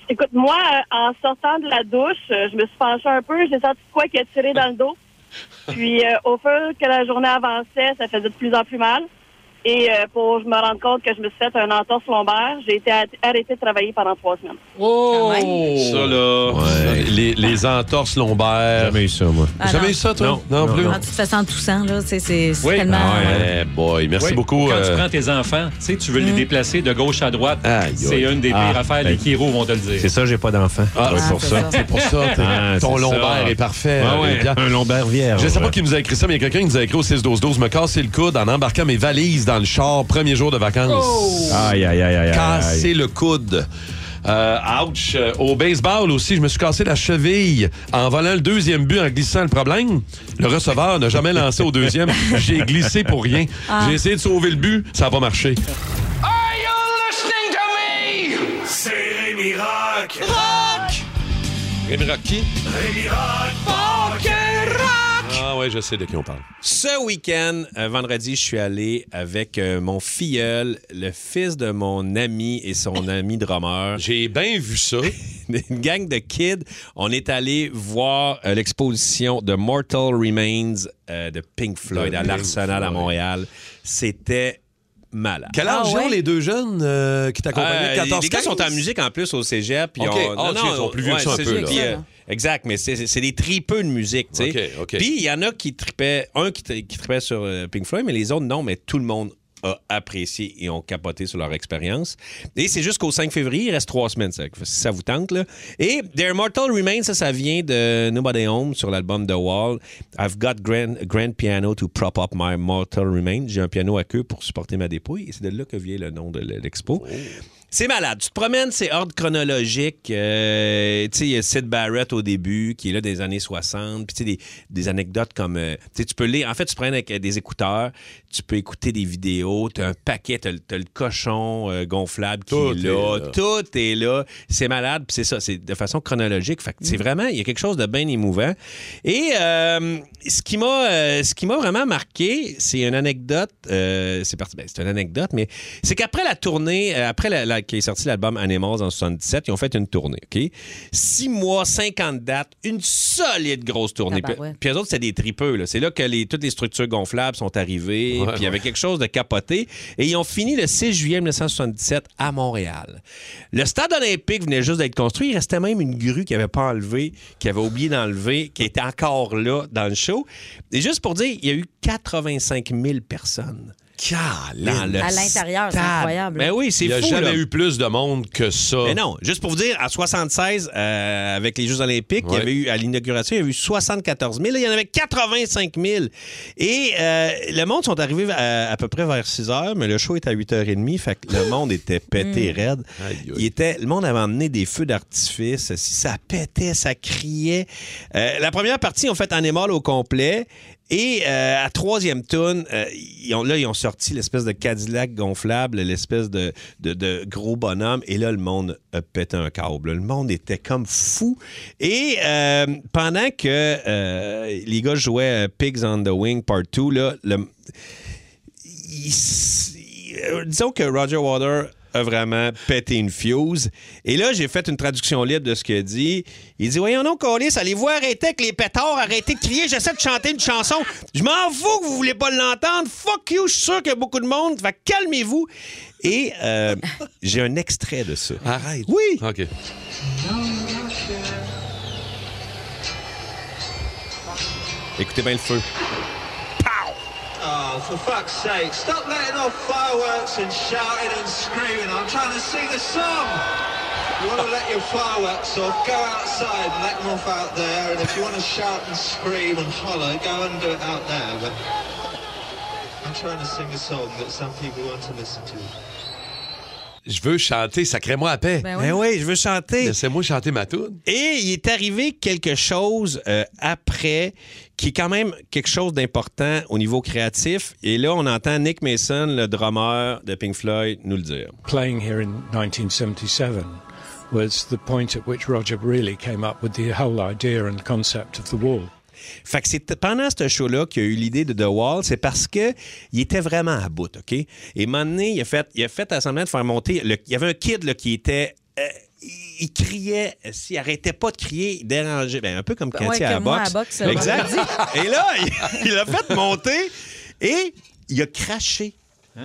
Écoute, moi, euh, en sortant de la douche, euh, je me suis penchée un peu, j'ai senti de quoi qui a
<laughs>
tiré dans le dos. Puis, euh, au fur que la journée avançait, ça faisait de plus en plus mal.
Et euh, pour je me rendre compte que je me suis fait un entorse lombaire, j'ai été at- arrêtée de travailler pendant trois semaines.
Oh!
Ça, là. Les, les entorses lombaires. Jamais eu ça, moi.
Ah,
jamais
non.
eu ça, toi? Non, plus.
Ah, tu te fais sans toussant, là. C'est c'est- c'est
Oui.
tellement. euh,
Ah ouais.
Eh boy, merci
Oui,
beaucoup.
Quand
euh,
tu prends tes enfants, tu sais, tu veux
Mm.
les déplacer de gauche à droite.
Aïe,
C'est
aïe.
une des pires
Ah,
affaires.
ben,
les chiros vont te le dire.
C'est ça, j'ai pas d'enfant.
Ah,
Ah,
c'est pour
c'est
ça.
ça.
C'est pour ça. t'es-
Ah,
Ton
c'est ça.
lombaire est parfait.
Ah
euh,
ouais,
Lydia.
un lombaire vierge.
Je sais pas qui nous a écrit ça, mais il y a quelqu'un qui nous a écrit au 6-12-12. Me casser le coude en embarquant mes valises dans le char, premier jour de vacances.
Oh!
Aïe, aïe, aïe, aïe, aïe.
Casser le coude. Euh, ouch. Euh, Au baseball aussi, je me suis cassé la cheville en volant le deuxième but en glissant le problème. Le receveur n'a jamais lancé au
<laughs>
deuxième. J'ai glissé pour rien.
Ah.
J'ai essayé de sauver le but, ça n'a pas marché.
C'est Rémi Rock!
Rémi Rocky. Ah ouais, je sais de qui on parle.
Ce week-end, euh, vendredi, je suis allé avec euh, mon filleul, le fils de mon ami
<laughs>
et son ami drummer.
J'ai bien vu ça.
<laughs> une gang de kids. On est allé voir euh, l'exposition de Mortal Remains euh, de Pink Floyd
De
à
Pink
l'Arsenal à
Floyd.
Montréal. C'était malade.
Quel âge
Ah ouais?
ont les deux jeunes euh, qui
Euh,
t'accompagnaient? 14
les gars
15?
sont en musique en plus au cégep. Puis
OK.
on-
Ah, OK, ils sont plus vieux que ça un
c'est
peu, là.
Puis, euh, exact, mais c'est c'est des tripeux de musique. tu sais.
OK, OK.
Puis il y en a qui tripaient, un qui, tri- qui tripait sur euh, Pink Floyd, mais les autres non, mais tout le monde a apprécié et ont capoté sur leur expérience. Et c'est jusqu'au 5 février, il reste trois semaines, ça, si ça vous tente. Là. Et Their Mortal Remains, ça, ça vient de Nobody Home sur l'album The Wall. I've got grand, grand piano to prop up my mortal remains. J'ai un piano à queue pour supporter ma dépouille. Et c'est de là que vient le nom de l'expo. C'est malade. Tu te promènes, c'est ordre chronologique. Euh, tu sais, il y a Sid Barrett au début, qui est là des années 60. Puis tu sais, des, des anecdotes comme... euh, tu sais, tu peux lire... En fait, tu te promènes avec euh, des écouteurs. Tu peux écouter des vidéos. Tu as un paquet. Tu as, le cochon euh, gonflable qui
Tout
est,
est
là.
là.
Tout est là. C'est malade. Puis c'est ça, c'est de façon chronologique. Fait que c'est vraiment... Il y a quelque chose de bien émouvant. Et euh, ce qui m'a euh, ce qui m'a vraiment marqué, c'est une anecdote. euh, c'est parti. ben, c'est une anecdote, mais c'est qu'après la tournée, euh, après la, la- qui est sorti l'album Animals en 77, ils ont fait une tournée. Ok, six mois, 50 dates, une solide grosse tournée. Puis,
Tabarouette.
puis eux autres, c'était des tripeux. là. C'est là que les- toutes les structures gonflables sont arrivées.
Ouais,
puis il y avait quelque chose de capoté. Et ils ont fini le 6 juillet 1977 à Montréal. Le stade olympique venait juste d'être construit. Il restait même une grue qu'ils n'avaient pas enlevée, qu'ils avaient oublié d'enlever, qui était encore là dans le show. Et juste pour dire, il y a eu 85 000 personnes. dans le
À l'intérieur, c'est
stade.
incroyable.
Mais oui, c'est
Il n'y
fou.
a jamais
là.
eu plus de monde que ça.
Mais non, juste pour vous dire, à 76, euh, avec les Jeux Olympiques, il y
Ouais.
avait eu, à l'inauguration, il y avait eu 74 000. Là, il y en avait 85 000. Et euh, le monde sont arrivés euh, à, à peu près vers 6 heures, mais le show était à 8h30. Fait que le monde était pété raide.
Aïe, aïe.
Il était, le monde avait emmené des feux d'artifice. Si ça pétait, ça criait. Euh, la première partie, on fait Animal au complet. Et euh, à troisième tune, euh, ils ont, là, ils ont sorti l'espèce de Cadillac gonflable, l'espèce de, de- de gros bonhomme. Et là, le monde a pété un câble. Le monde était comme fou. Et euh, pendant que euh, les gars jouaient euh, Pigs on the Wing Part 2, là, le, il s- il- euh, disons que Roger Water a vraiment pété une fuse. Et là, j'ai fait une traduction libre de ce qu'il a dit. Il dit Voyons donc, Colis, allez-vous arrêter avec les pétards, arrêtez de crier, j'essaie de chanter une chanson. Je m'en fous que vous voulez pas l'entendre. Fuck you, je suis sûr qu'il y a beaucoup de monde. Fait que calmez-vous. Et euh, j'ai un extrait de ça.
Arrête.
Oui.
OK.
Écoutez bien le feu.
Oh, for fuck's sake, stop letting off fireworks and shouting and screaming. I'm trying to sing a song. You want to let your fireworks off, go outside and let them off out there. And if you want to shout and scream and holler, go and do it out there. But I'm trying to sing a song that some people want to listen to.
Je veux chanter, sacrez-moi à paix.
Ben oui.
Ben oui, je veux chanter.
Laissez-moi chanter ma toune.
Et il est arrivé quelque chose euh, après qui est quand même quelque chose d'important au niveau créatif. Et là, on entend Nick Mason, le drummer de Pink Floyd, nous le dire.
playing here in 1977 was the point at which Roger really came up with the whole idea and concept of the wall.
Fait que c'est pendant ce show-là qu'il a eu l'idée de The Wall, c'est parce que il était vraiment à bout, OK? Et à un moment donné, il a fait, il a fait semblant de faire monter... le- il y avait un kid là, qui était... euh, il- il criait, s'il arrêtait pas de crier, il dérangeait. Ben, un peu comme quand
Ouais,
il est à la
comme moi à la
boxe.
boxe, le
exact. Et là, il, il l'a fait monter et il a craché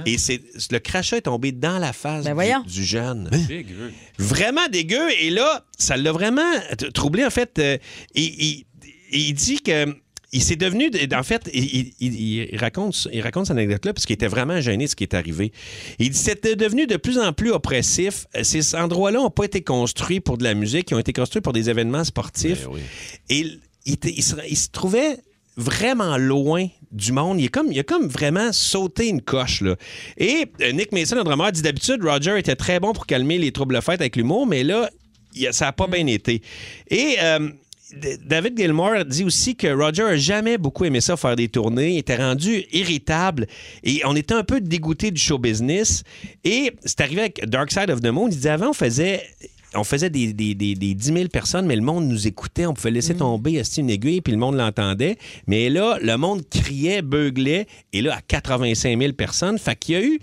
Et c'est le crachat est tombé dans la face
Ben
du-
voyons.
du, jeune.
Dégueu.
Vraiment dégueu. Et là, ça l'a vraiment t- troublé, en fait. Euh, il, il- il dit que. Il s'est devenu, en fait, il, il- il raconte, il raconte cette anecdote-là parce qu'il était vraiment gêné de ce qui est arrivé. Il dit c'était devenu de plus en plus oppressif. Ces endroits-là n'ont pas été construits pour de la musique, ils ont été construits pour des événements sportifs. Et il, il était- il se, il se trouvait vraiment loin du monde. Il, est comme, il a comme vraiment sauté une coche. Là. Et euh, Nick Mason, le drummer, dit d'habitude, Roger était très bon pour calmer les troubles fêtes avec l'humour, mais là, il a- ça n'a pas bien été. Et euh, D- David Gilmore dit aussi que Roger n'a jamais beaucoup aimé ça, faire des tournées. Il était rendu irritable et on était un peu dégoûté du show business. Et c'est arrivé avec Dark Side of the Moon. Il disait avant, on faisait. On faisait des, des, des, des 10 000 personnes, mais le monde nous écoutait. On pouvait laisser tomber asti, une aiguille, puis le monde l'entendait. Mais là, le monde criait, beuglait, et là, à 85 000 personnes. Fait qu'il y a eu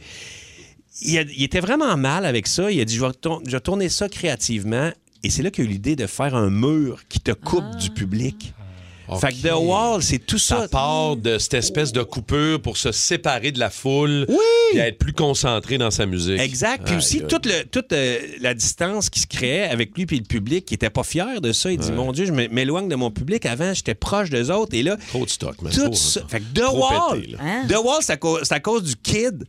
il, a- il était vraiment mal avec ça. Il a dit, je vais, tour- je vais tourner ça créativement. Et c'est là qu'il a eu l'idée de faire un mur qui te coupe du public.
Ah.
Fait que The Wall, c'est tout
ça. Ça part de cette espèce de coupure pour se séparer de la foule et être plus concentré dans sa musique.
Exact. Puis aussi, toute, le- toute euh, la distance qui se créait avec lui puis le public qui était pas fier de ça. Il dit,
Ouais.
mon Dieu, je m- m'éloigne de mon public. Avant, j'étais proche d'eux autres. Et là... Trop de stock,
man.
Tout
Trop-
ça. Fait que The
hein. trop
Wall,
pété, là.
The Wall, c'est à, cause- c'est à cause du kid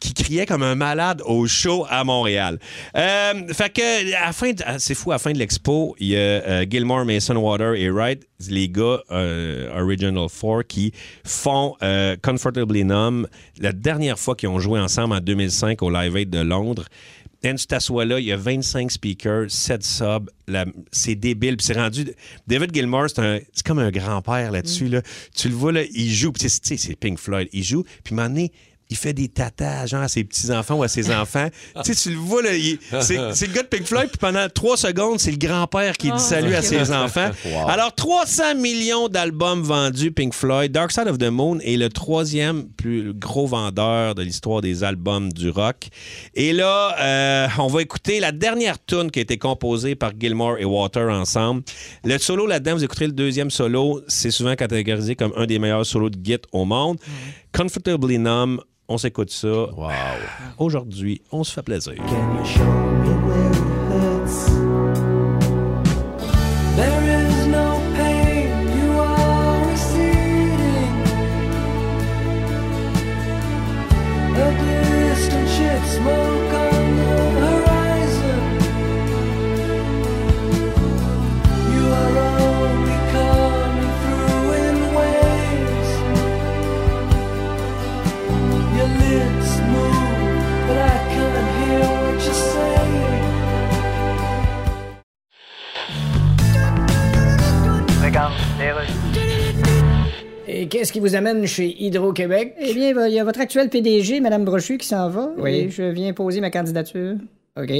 qui criait comme un malade au show à Montréal. Euh, fait que, à la fin de- ah, c'est fou, à la fin de l'expo, il y a euh, Gilmore, Mason, Water et Wright, les gars euh, Original Four, qui font euh, Comfortably Numb, la dernière fois qu'ils ont joué ensemble en 2005 au Live Aid de Londres. Et tu t'assois là, il y a 25 speakers, 7 subs, la- c'est débile. Puis c'est rendu. David Gilmour, c'est un- c'est comme un grand-père là-dessus. Là. Tu le vois, là, il joue. Puis c'est- tu sais, c'est Pink Floyd. Il joue. Puis à un moment donné, il fait des tatas, genre à ses petits-enfants ou à ses enfants. tu sais, tu le vois, là, il- c'est c'est le gars de Pink Floyd. Puis pendant 3 secondes, c'est le grand-père qui
Ah,
dit salut à
ok.
ses enfants.
<laughs> Wow.
Alors, 300 millions d'albums vendus, Pink Floyd. Dark Side of the Moon est le troisième plus gros vendeur de l'histoire des albums du rock. Et là, euh, on va écouter la dernière tune qui a été composée par Gilmore et Water ensemble. Le solo là-dedans, vous écouterez le deuxième solo. C'est souvent catégorisé comme un des meilleurs solos de git au monde. Comfortably Numb, on s'écoute ça. Aujourd'hui, on se fait plaisir.
There is no pain you are receding. A distant ship smoke on the horizon. You are only coming through in waves. Your lips move, but I can't hear what you're saying.
Regarde, les
Et qu'est-ce qui vous amène chez Hydro-Québec?
Eh bien, il y a votre actuel PDG, Mme Brochu, qui s'en va.
Oui.
Et je viens poser ma candidature. <laughs>
OK.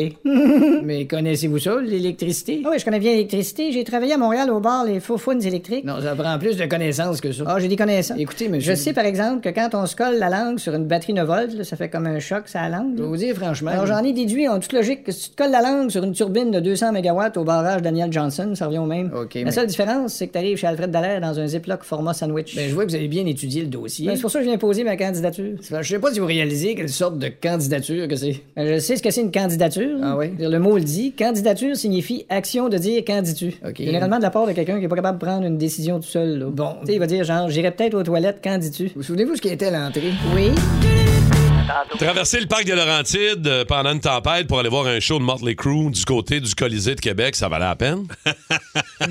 Mais connaissez-vous ça, l'électricité?
Ah oui, je connais bien l'électricité. J'ai travaillé à Montréal au bar Les Faufounes électriques.
Non, ça prend plus de connaissances que ça.
Ah, j'ai des connaissances.
Écoutez, monsieur.
Je sais, par exemple, que quand on se colle la langue sur une batterie 9 volts, là, ça fait comme un choc, ça langue.
Je vais vous dire franchement.
Alors, j'en ai déduit en toute logique que si tu te colles la langue sur une turbine de 200 MW au barrage Daniel Johnson, ça revient au même. la
mais-
seule différence, c'est que tu arrives chez Alfred Dallaire dans un Ziploc format sandwich.
Ben, je vois que vous avez bien étudié le dossier.
Ben, c'est pour ça que je viens poser ma candidature.
Je sais pas si vous réalisez quelle sorte de candidature que c'est.
Ben, Je sais ce que c'est une candidature.
Ah oui?
Je veux dire, Le mot le dit. Candidature signifie action de dire candidu. Généralement de la part de quelqu'un qui est pas capable de prendre une décision tout seul. Bon. Tu sais, il va dire genre, j'irai peut-être aux toilettes, candidu. Vous souvenez-vous ce qui était à l'entrée? Oui.
Traverser le parc de Laurentides euh, pendant une tempête pour aller voir un show de Motley Crue du côté du Colisée de Québec, ça valait la
<laughs>
peine.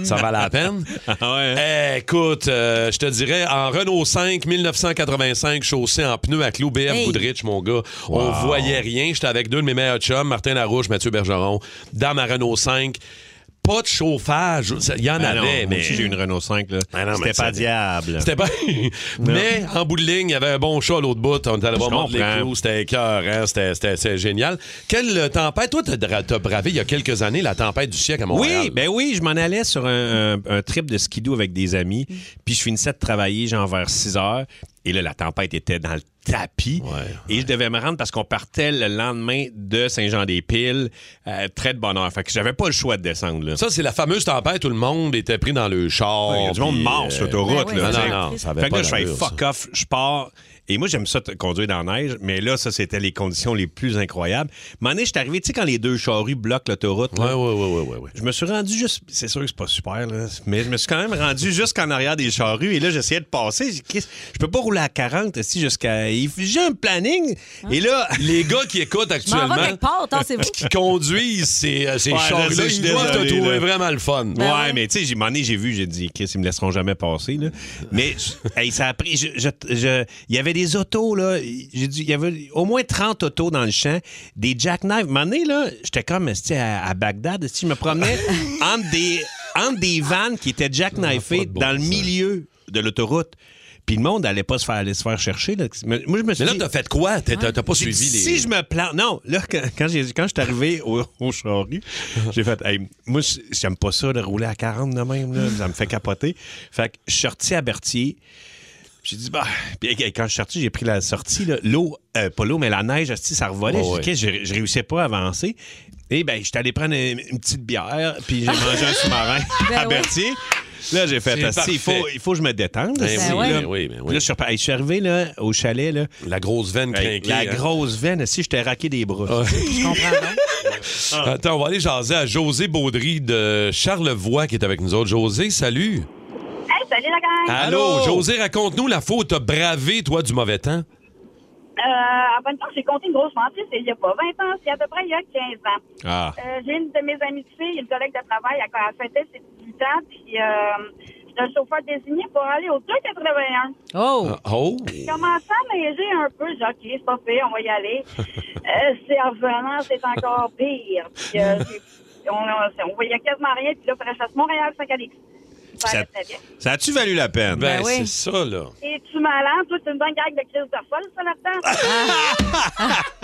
ça valait la peine.
Ah hein?
Eh, Écoute, euh, je te dirais, en Renault 5, 1985, chaussée en pneus à clous, BF
Hey.
Goodrich, mon gars. On voyait rien. J'étais avec deux de mes meilleurs chums, Martin Larouche, Mathieu Bergeron, dans ma Renault 5. Pas de chauffage. Il y en
Ah non,
avait,
moi
mais.
aussi, j'ai une Renault 5, là.
Ah non,
C'était
mais
pas
ça-
diable.
C'était pas. <laughs> mais en bout de ligne, il y avait un bon chat à l'autre bout. On est allé voir
Je
Motley
comprends.
Crue, c'était écœurant, c'était- c'était c'était génial. Quelle euh, tempête, toi, t'as dra- t'as bravé il y a quelques années la tempête du siècle à Montréal.
Oui, ben oui, je m'en allais sur un, un- un trip de skidoo avec des amis, puis je finissais de travailler genre vers 6 heures, et là, la tempête était dans le tapis, et je devais me rendre parce qu'on partait le lendemain de Saint-Jean-des-Piles, euh, très de bonne heure, fait que j'avais pas le choix de descendre, là.
Ça, c'est la fameuse tempête où le monde était pris dans le char.
Il y a du monde
puis,
mort
euh,
sur l'autoroute.
ben oui,
là,
non,
tu sais.
non, non, ça avait
Fait que
pas
là, je fais
d'allure,
fuck off, je pars. Et moi, j'aime ça t- conduire dans la neige, mais là, ça, c'était les conditions les plus incroyables. Mais je suis arrivé, tu sais, quand les deux charrues bloquent l'autoroute. là, Je me suis rendu juste. C'est sûr que c'est pas super, là, mais je me suis quand même rendu jusqu'en arrière des charrues. Et là, j'essayais de passer. J'ai dit, Qu'est-ce- Je peux pas rouler à 40 si jusqu'à. il faut- J'ai un planning. Et là.
Les gars qui écoutent
Hein? M'en va
actuellement,
quelque part, attends,
<laughs>
c'est vous.
qui
<laughs>
conduisent ces, euh, ces
Ouais,
chars-là,
je sais, je
ils
suis
doivent te
désolé,
trouver
là.
vraiment le fun.
ouais, mais tu sais, j'ai un moment donné, j'ai vu, j'ai dit, Chris, ils me laisseront jamais passer. Là. Mais <laughs> hey, ça a pris. je- je- je- Il y avait des autos, là. J'ai dit, il y avait au moins 30 autos dans le champ, des jackknives. Un moment donné, là, j'étais comme esti, à, à Bagdad. esti, Je me promenais entre des, entre des vannes qui étaient jackknifées
Ah,
dans le milieu de l'autoroute. Puis le monde n'allait pas se faire, aller se faire chercher. Là. Mais, moi, je me suis
Mais là,
dit-
t'as fait quoi? T'as t'as- t'as pas
j'ai
suivi les.
dit, Si je me plante. Non, là, quand, quand j'ai- quand je suis arrivé au, au charrue, j'ai fait Hey, moi, j- j'aime pas ça de rouler à 40 de même, là. ça me fait capoter. Fait que je suis sorti à Berthier. J'ai dit, bah, puis hey, quand je suis sorti, j'ai pris la sortie, là, l'eau, euh, pas l'eau, mais la neige, asti, ça revolait.
Ouais,
J'ai dit,
ouais.
Qu'est-ce, je, je réussissais pas à avancer. Et ben, j'étais allé prendre une, une petite bière, puis j'ai mangé un sous-marin
Ben
à
ouais.
Berthier. Là, j'ai fait,
C'est
asti, il faut,
parfait.
il faut que je me détende.
Ben
asti,
oui,
là.
ben oui, ben oui.
Puis là, je suis repa- hey, je suis arrivé là, au chalet. Là,
la grosse veine
Hey,
crinquée,
La
hein.
grosse veine, si je t'ai raqué des bras.
Ah. Attends, on va aller jaser à José Baudry de Charlevoix qui est avec nous autres. José, salut.
Hey, salut la gang!
Allô, José, raconte-nous la faute. T'as bravé, toi, du mauvais temps.
Euh, en même temps, j'ai compté une grosse mentise, c'est il n'y a pas 20 ans, c'est à peu près il y a 15 ans.
Ah.
Euh, j'ai une de mes amies de filles, une collègue de travail, elle, elle fêtait ses 18 ans, puis euh, j'étais le chauffeur désigné pour aller au 281.
Oh!
Uh,
oh!
Il commençait à neiger un peu, j'ai dit, OK, c'est pas pire, on va y
<laughs>
aller. Euh, c'est en revenant, c'est encore pire. Puis,
<laughs>
euh, j'ai- on, on- on voyait quasiment rien, puis là, il fallait que je fasse Montréal-Saint-Calix. Ça
Ça,
allait très bien.
ça a-tu valu la peine?
Ben, Ben oui. c'est ça, là.
Et tu malin, toi, c'est une bonne gag de crise de folle, ça, là-dedans.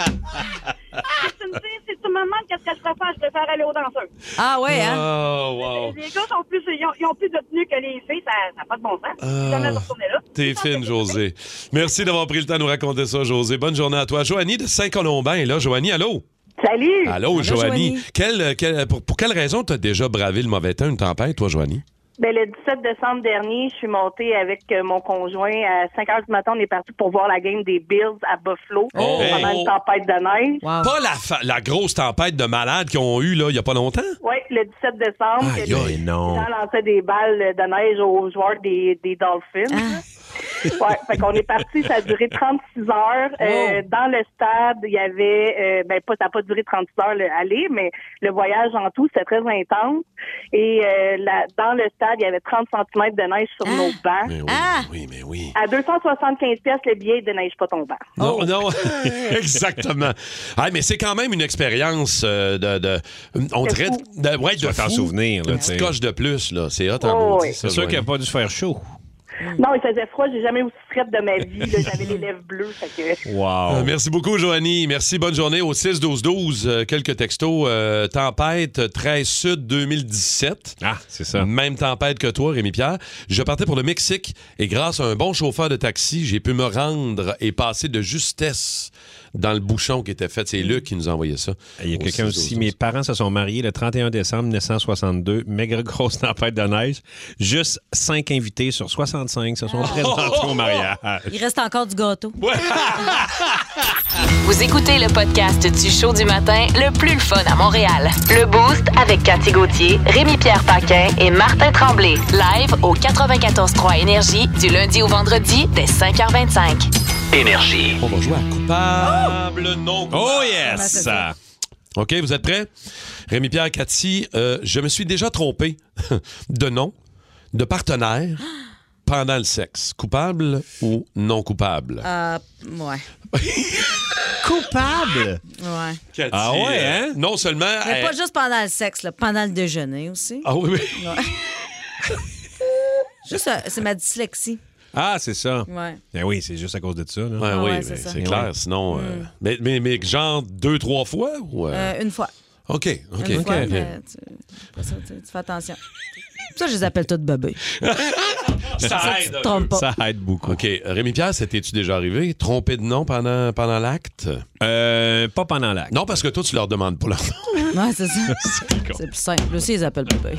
Si tu me dis, si tu me demandes qu'est-ce que je préfère, je préfère aller aux danseurs.
Ah ouais, hein?
Oh, wow.
Les gars sont plus, ils ont, ils ont plus de tenue que les filles, ça n'a pas de bon sens.
Ah.
Jamais de retourner là.
T'es fine, José. Merci d'avoir pris le temps de nous raconter ça, José. Bonne journée à toi. Joanie de Saint-Colombin est là. Joanie, allô?
Salut!
Allô,
Allô,
Joanie.
Joanie.
Quelle- quelle- pour, pour quelle raison t'as déjà bravé le mauvais temps, une tempête, toi, Joanie?
Ben, le 17 décembre dernier, je suis montée avec euh, mon conjoint. À 5 heures du matin, on est parti pour voir la game des Bills à Buffalo
Oh!
pendant
Hey!
une tempête de neige.
Pas la, fa- la grosse tempête de malades qu'ils ont eue, là, il y a pas longtemps?
Oui, le 17 décembre, que les
aïe, non.
gens lançaient des balles de neige aux joueurs des, des Dolphins. Ouais, fait qu'on est parti, ça a duré 36 heures.
Oh.
Euh, dans le stade, il y avait, euh, ben pas, ça n'a pas duré 36 heures le aller, mais le voyage en tout, c'était très intense. Et euh, la- dans le stade, il y avait 30 cm de neige sur nos bancs.
oui, mais oui.
À 275 pièces le billet de neige pas tombant.
Non, non, <laughs> exactement. Ah, mais c'est quand même une expérience euh, de, de- On
De
dirait.
fou.
De, ouais,
Tu
de
vas t'en
fou.
souvenir, là,
Une
tu sais.
petite coche de plus, là. C'est hot en
Oh,
maudit,
oui.
ça,
C'est sûr
Joanie.
qu'il a pas dû se faire chaud.
Non, il faisait froid, j'ai jamais aussi frette de ma vie. là. J'avais les lèvres bleues. Fait que...
Wow.
Euh, merci beaucoup, Joanie. Merci. Bonne journée au 6-12-12. Euh, quelques textos. Euh, tempête 13 Sud 2017.
Ah, c'est ça.
Même tempête que toi, Rémi-Pierre. Je partais pour le Mexique et grâce à un bon chauffeur de taxi, j'ai pu me rendre et passer de justesse dans le bouchon qui était fait. C'est Luc qui nous a envoyé ça.
Mm. Ah, Il y a quelqu'un aussi. Mes parents se sont mariés le 31 décembre 1962. Maigre grosse <laughs> tempête de neige. Juste 5 invités sur 65 se sont
Ah.
présentés au mariage.
<laughs>
Il reste encore du gâteau.
Vous écoutez le podcast du show du matin le plus le fun à Montréal. Le Boost avec Cathy Gauthier, Rémi-Pierre Paquin et Martin Tremblay. Live au 94.3 Énergie du lundi au vendredi dès 5h25.
Énergie. On va jouer à coupable, non coupable. Ben,
Oh yes!
OK, vous êtes prêts? Rémi-Pierre, Cathy, euh, je me suis déjà trompé <laughs> de nom, de partenaire <gasps> pendant le sexe. Coupable ou non coupable?
Euh,
<laughs>
ouais.
Coupable?
Ouais.
Cathy,
Ah ouais,
euh, Non seulement...
Mais
elle-
pas juste pendant le sexe, là, pendant le déjeuner aussi.
Ah oui, oui.
<laughs> Juste, euh, c'est ma dyslexie.
Ah, c'est ça.
Ouais.
Ben oui, c'est juste à cause de ça. Là.
Ouais,
Ah
oui,
ouais,
mais
c'est ça. Mm.
c'est clair. Sinon, euh, mais, mais, mais genre deux, trois fois? Ou, euh,
Euh, une fois.
OK, OK.
Une fois,
OK.
mais tu, après ça, tu- tu
<laughs>
fais attention. Ça, je les appelle
<laughs>
toutes bébés. Ça aide un te trompes peu. pas.
Ça aide beaucoup.
OK. Rémi-Pierre, c'était-tu déjà arrivé? Trompé de nom pendant, pendant l'acte?
Euh, pas pendant l'acte.
Non, parce que toi, tu leur demandes pas leur nom.
Ouais, c'est ça. c'est plus simple. Là aussi, ils appellent bébé.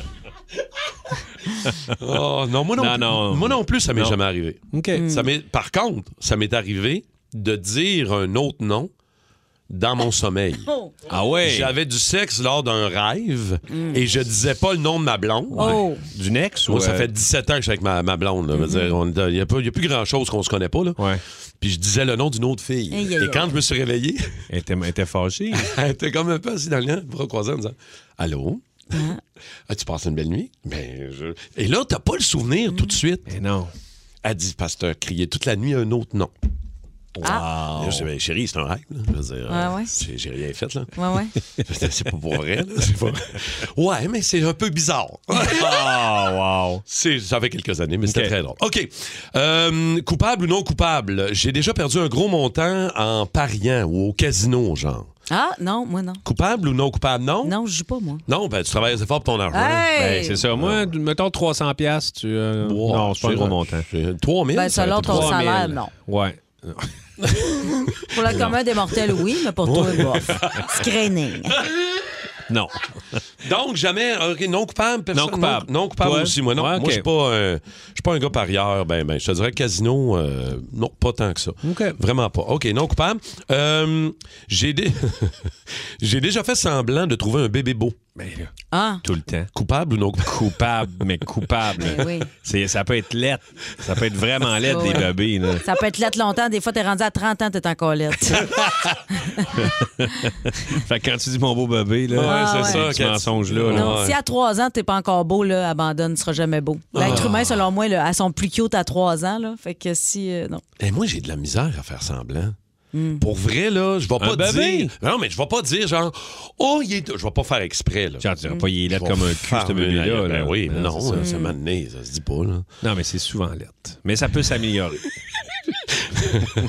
Oh, non, moi non,
Non,
plus-
non.
moi non plus, ça m'est
Non.
jamais arrivé.
OK. Hmm.
Ça m'est- par contre, ça m'est arrivé de dire un autre nom dans mon
<laughs>
sommeil.
Ah ouais?
J'avais du sexe lors d'un rêve et je disais pas le nom de ma blonde.
Hmm. Oh. Hmm. Du next
Moi,
ou,
ça
euh,
fait 17 ans que je suis avec ma, ma blonde. là. Je veux dire, on- Il n'y a, pas- il y a plus grand-chose qu'on se connaît pas. Là. Puis je disais le nom d'une autre fille.
Aïe, aïe,
et quand je me suis réveillé... <laughs>
Elle était, elle était fâchée.
elle était comme un peu assise dans le lien, bras croisés en disant « Allô?
Hein?
As-tu passé Ah, une belle nuit? Ben, je- Et là, t'as pas le souvenir tout de suite.
Eh non.
Elle dit, parce que t'as crié toute la nuit un autre nom.
Ah.
Wow. Là, je dis, ben, chérie, c'est un rêve. là. Je veux dire,
Ouais,
euh,
ouais.
j'ai- j'ai rien fait, là.
Ouais, ouais.
<laughs> c'est pas pour vrai, là. C'est pas- Ouais, mais c'est un peu bizarre.
<laughs> Ah, wow.
C'est, ça fait quelques années, mais c'était très drôle. OK. Euh, coupable ou non coupable, j'ai déjà perdu un gros montant en pariant ou au casino, genre.
Ah, non, moi non.
Coupable ou non coupable, non?
Non, je joue pas, moi.
Non, ben, tu travailles assez fort pour ton argent.
Hey! Ben,
c'est ça. Moi, mettons 300 pièces, tu euh, non, c'est pas un gros montant.
3000
Ben, selon ton salaire, non.
Ouais.
Pour le commun des mortels, oui, mais pour toi,
Ouais. <laughs>
bof. Screening.
Non.
Donc, jamais. OK, non coupable, personne.
Non coupable.
Non, non coupable
Toi?
aussi, moi. Non,
Ouais,
moi,
OK.
je suis pas, un- je suis pas un gars parieur. Ben, ben, je te dirais casino, euh, non, pas tant que ça. Vraiment pas. OK, non coupable. Euh, J'ai dé- <laughs> j'ai déjà fait semblant de trouver un bébé beau.
Ah.
Ben, Tout le temps.
Coupable ou non coupable?
Coupable, mais coupable.
Ben oui.
C'est- Ça peut être laid. Ça peut être vraiment laid,
Ouais.
les bébés. là.
Ça peut être lettre longtemps. Des fois, t'es rendu à 30 ans, t'es encore
<laughs>
lettre.
fait que quand tu dis mon beau bébé, là,
Ouais, c'est
ce mensonge-là. là.
Non, si à 3 ans, t'es pas encore beau, là, abandonne, tu seras jamais beau. L'être
Ah.
humain, selon moi, là, à son plus cute à 3 ans, là. Fait que si. euh, non.
Et moi, j'ai de la misère à faire semblant. Pour vrai, là, je vais
Un
pas
bébé?
dire. Non, mais je vais pas dire genre, oh, il est. Je vais pas faire exprès, là.
Tu diras pas, il est laid
Je vais
comme un cul,
faire
ce bébé-là.
une-
là.
Ben oui, mais non,
c'est
ça,
ça.
ça m'a donné, ça se dit pas, là.
Non, mais c'est souvent laid. Mais ça
<laughs>
peut s'améliorer.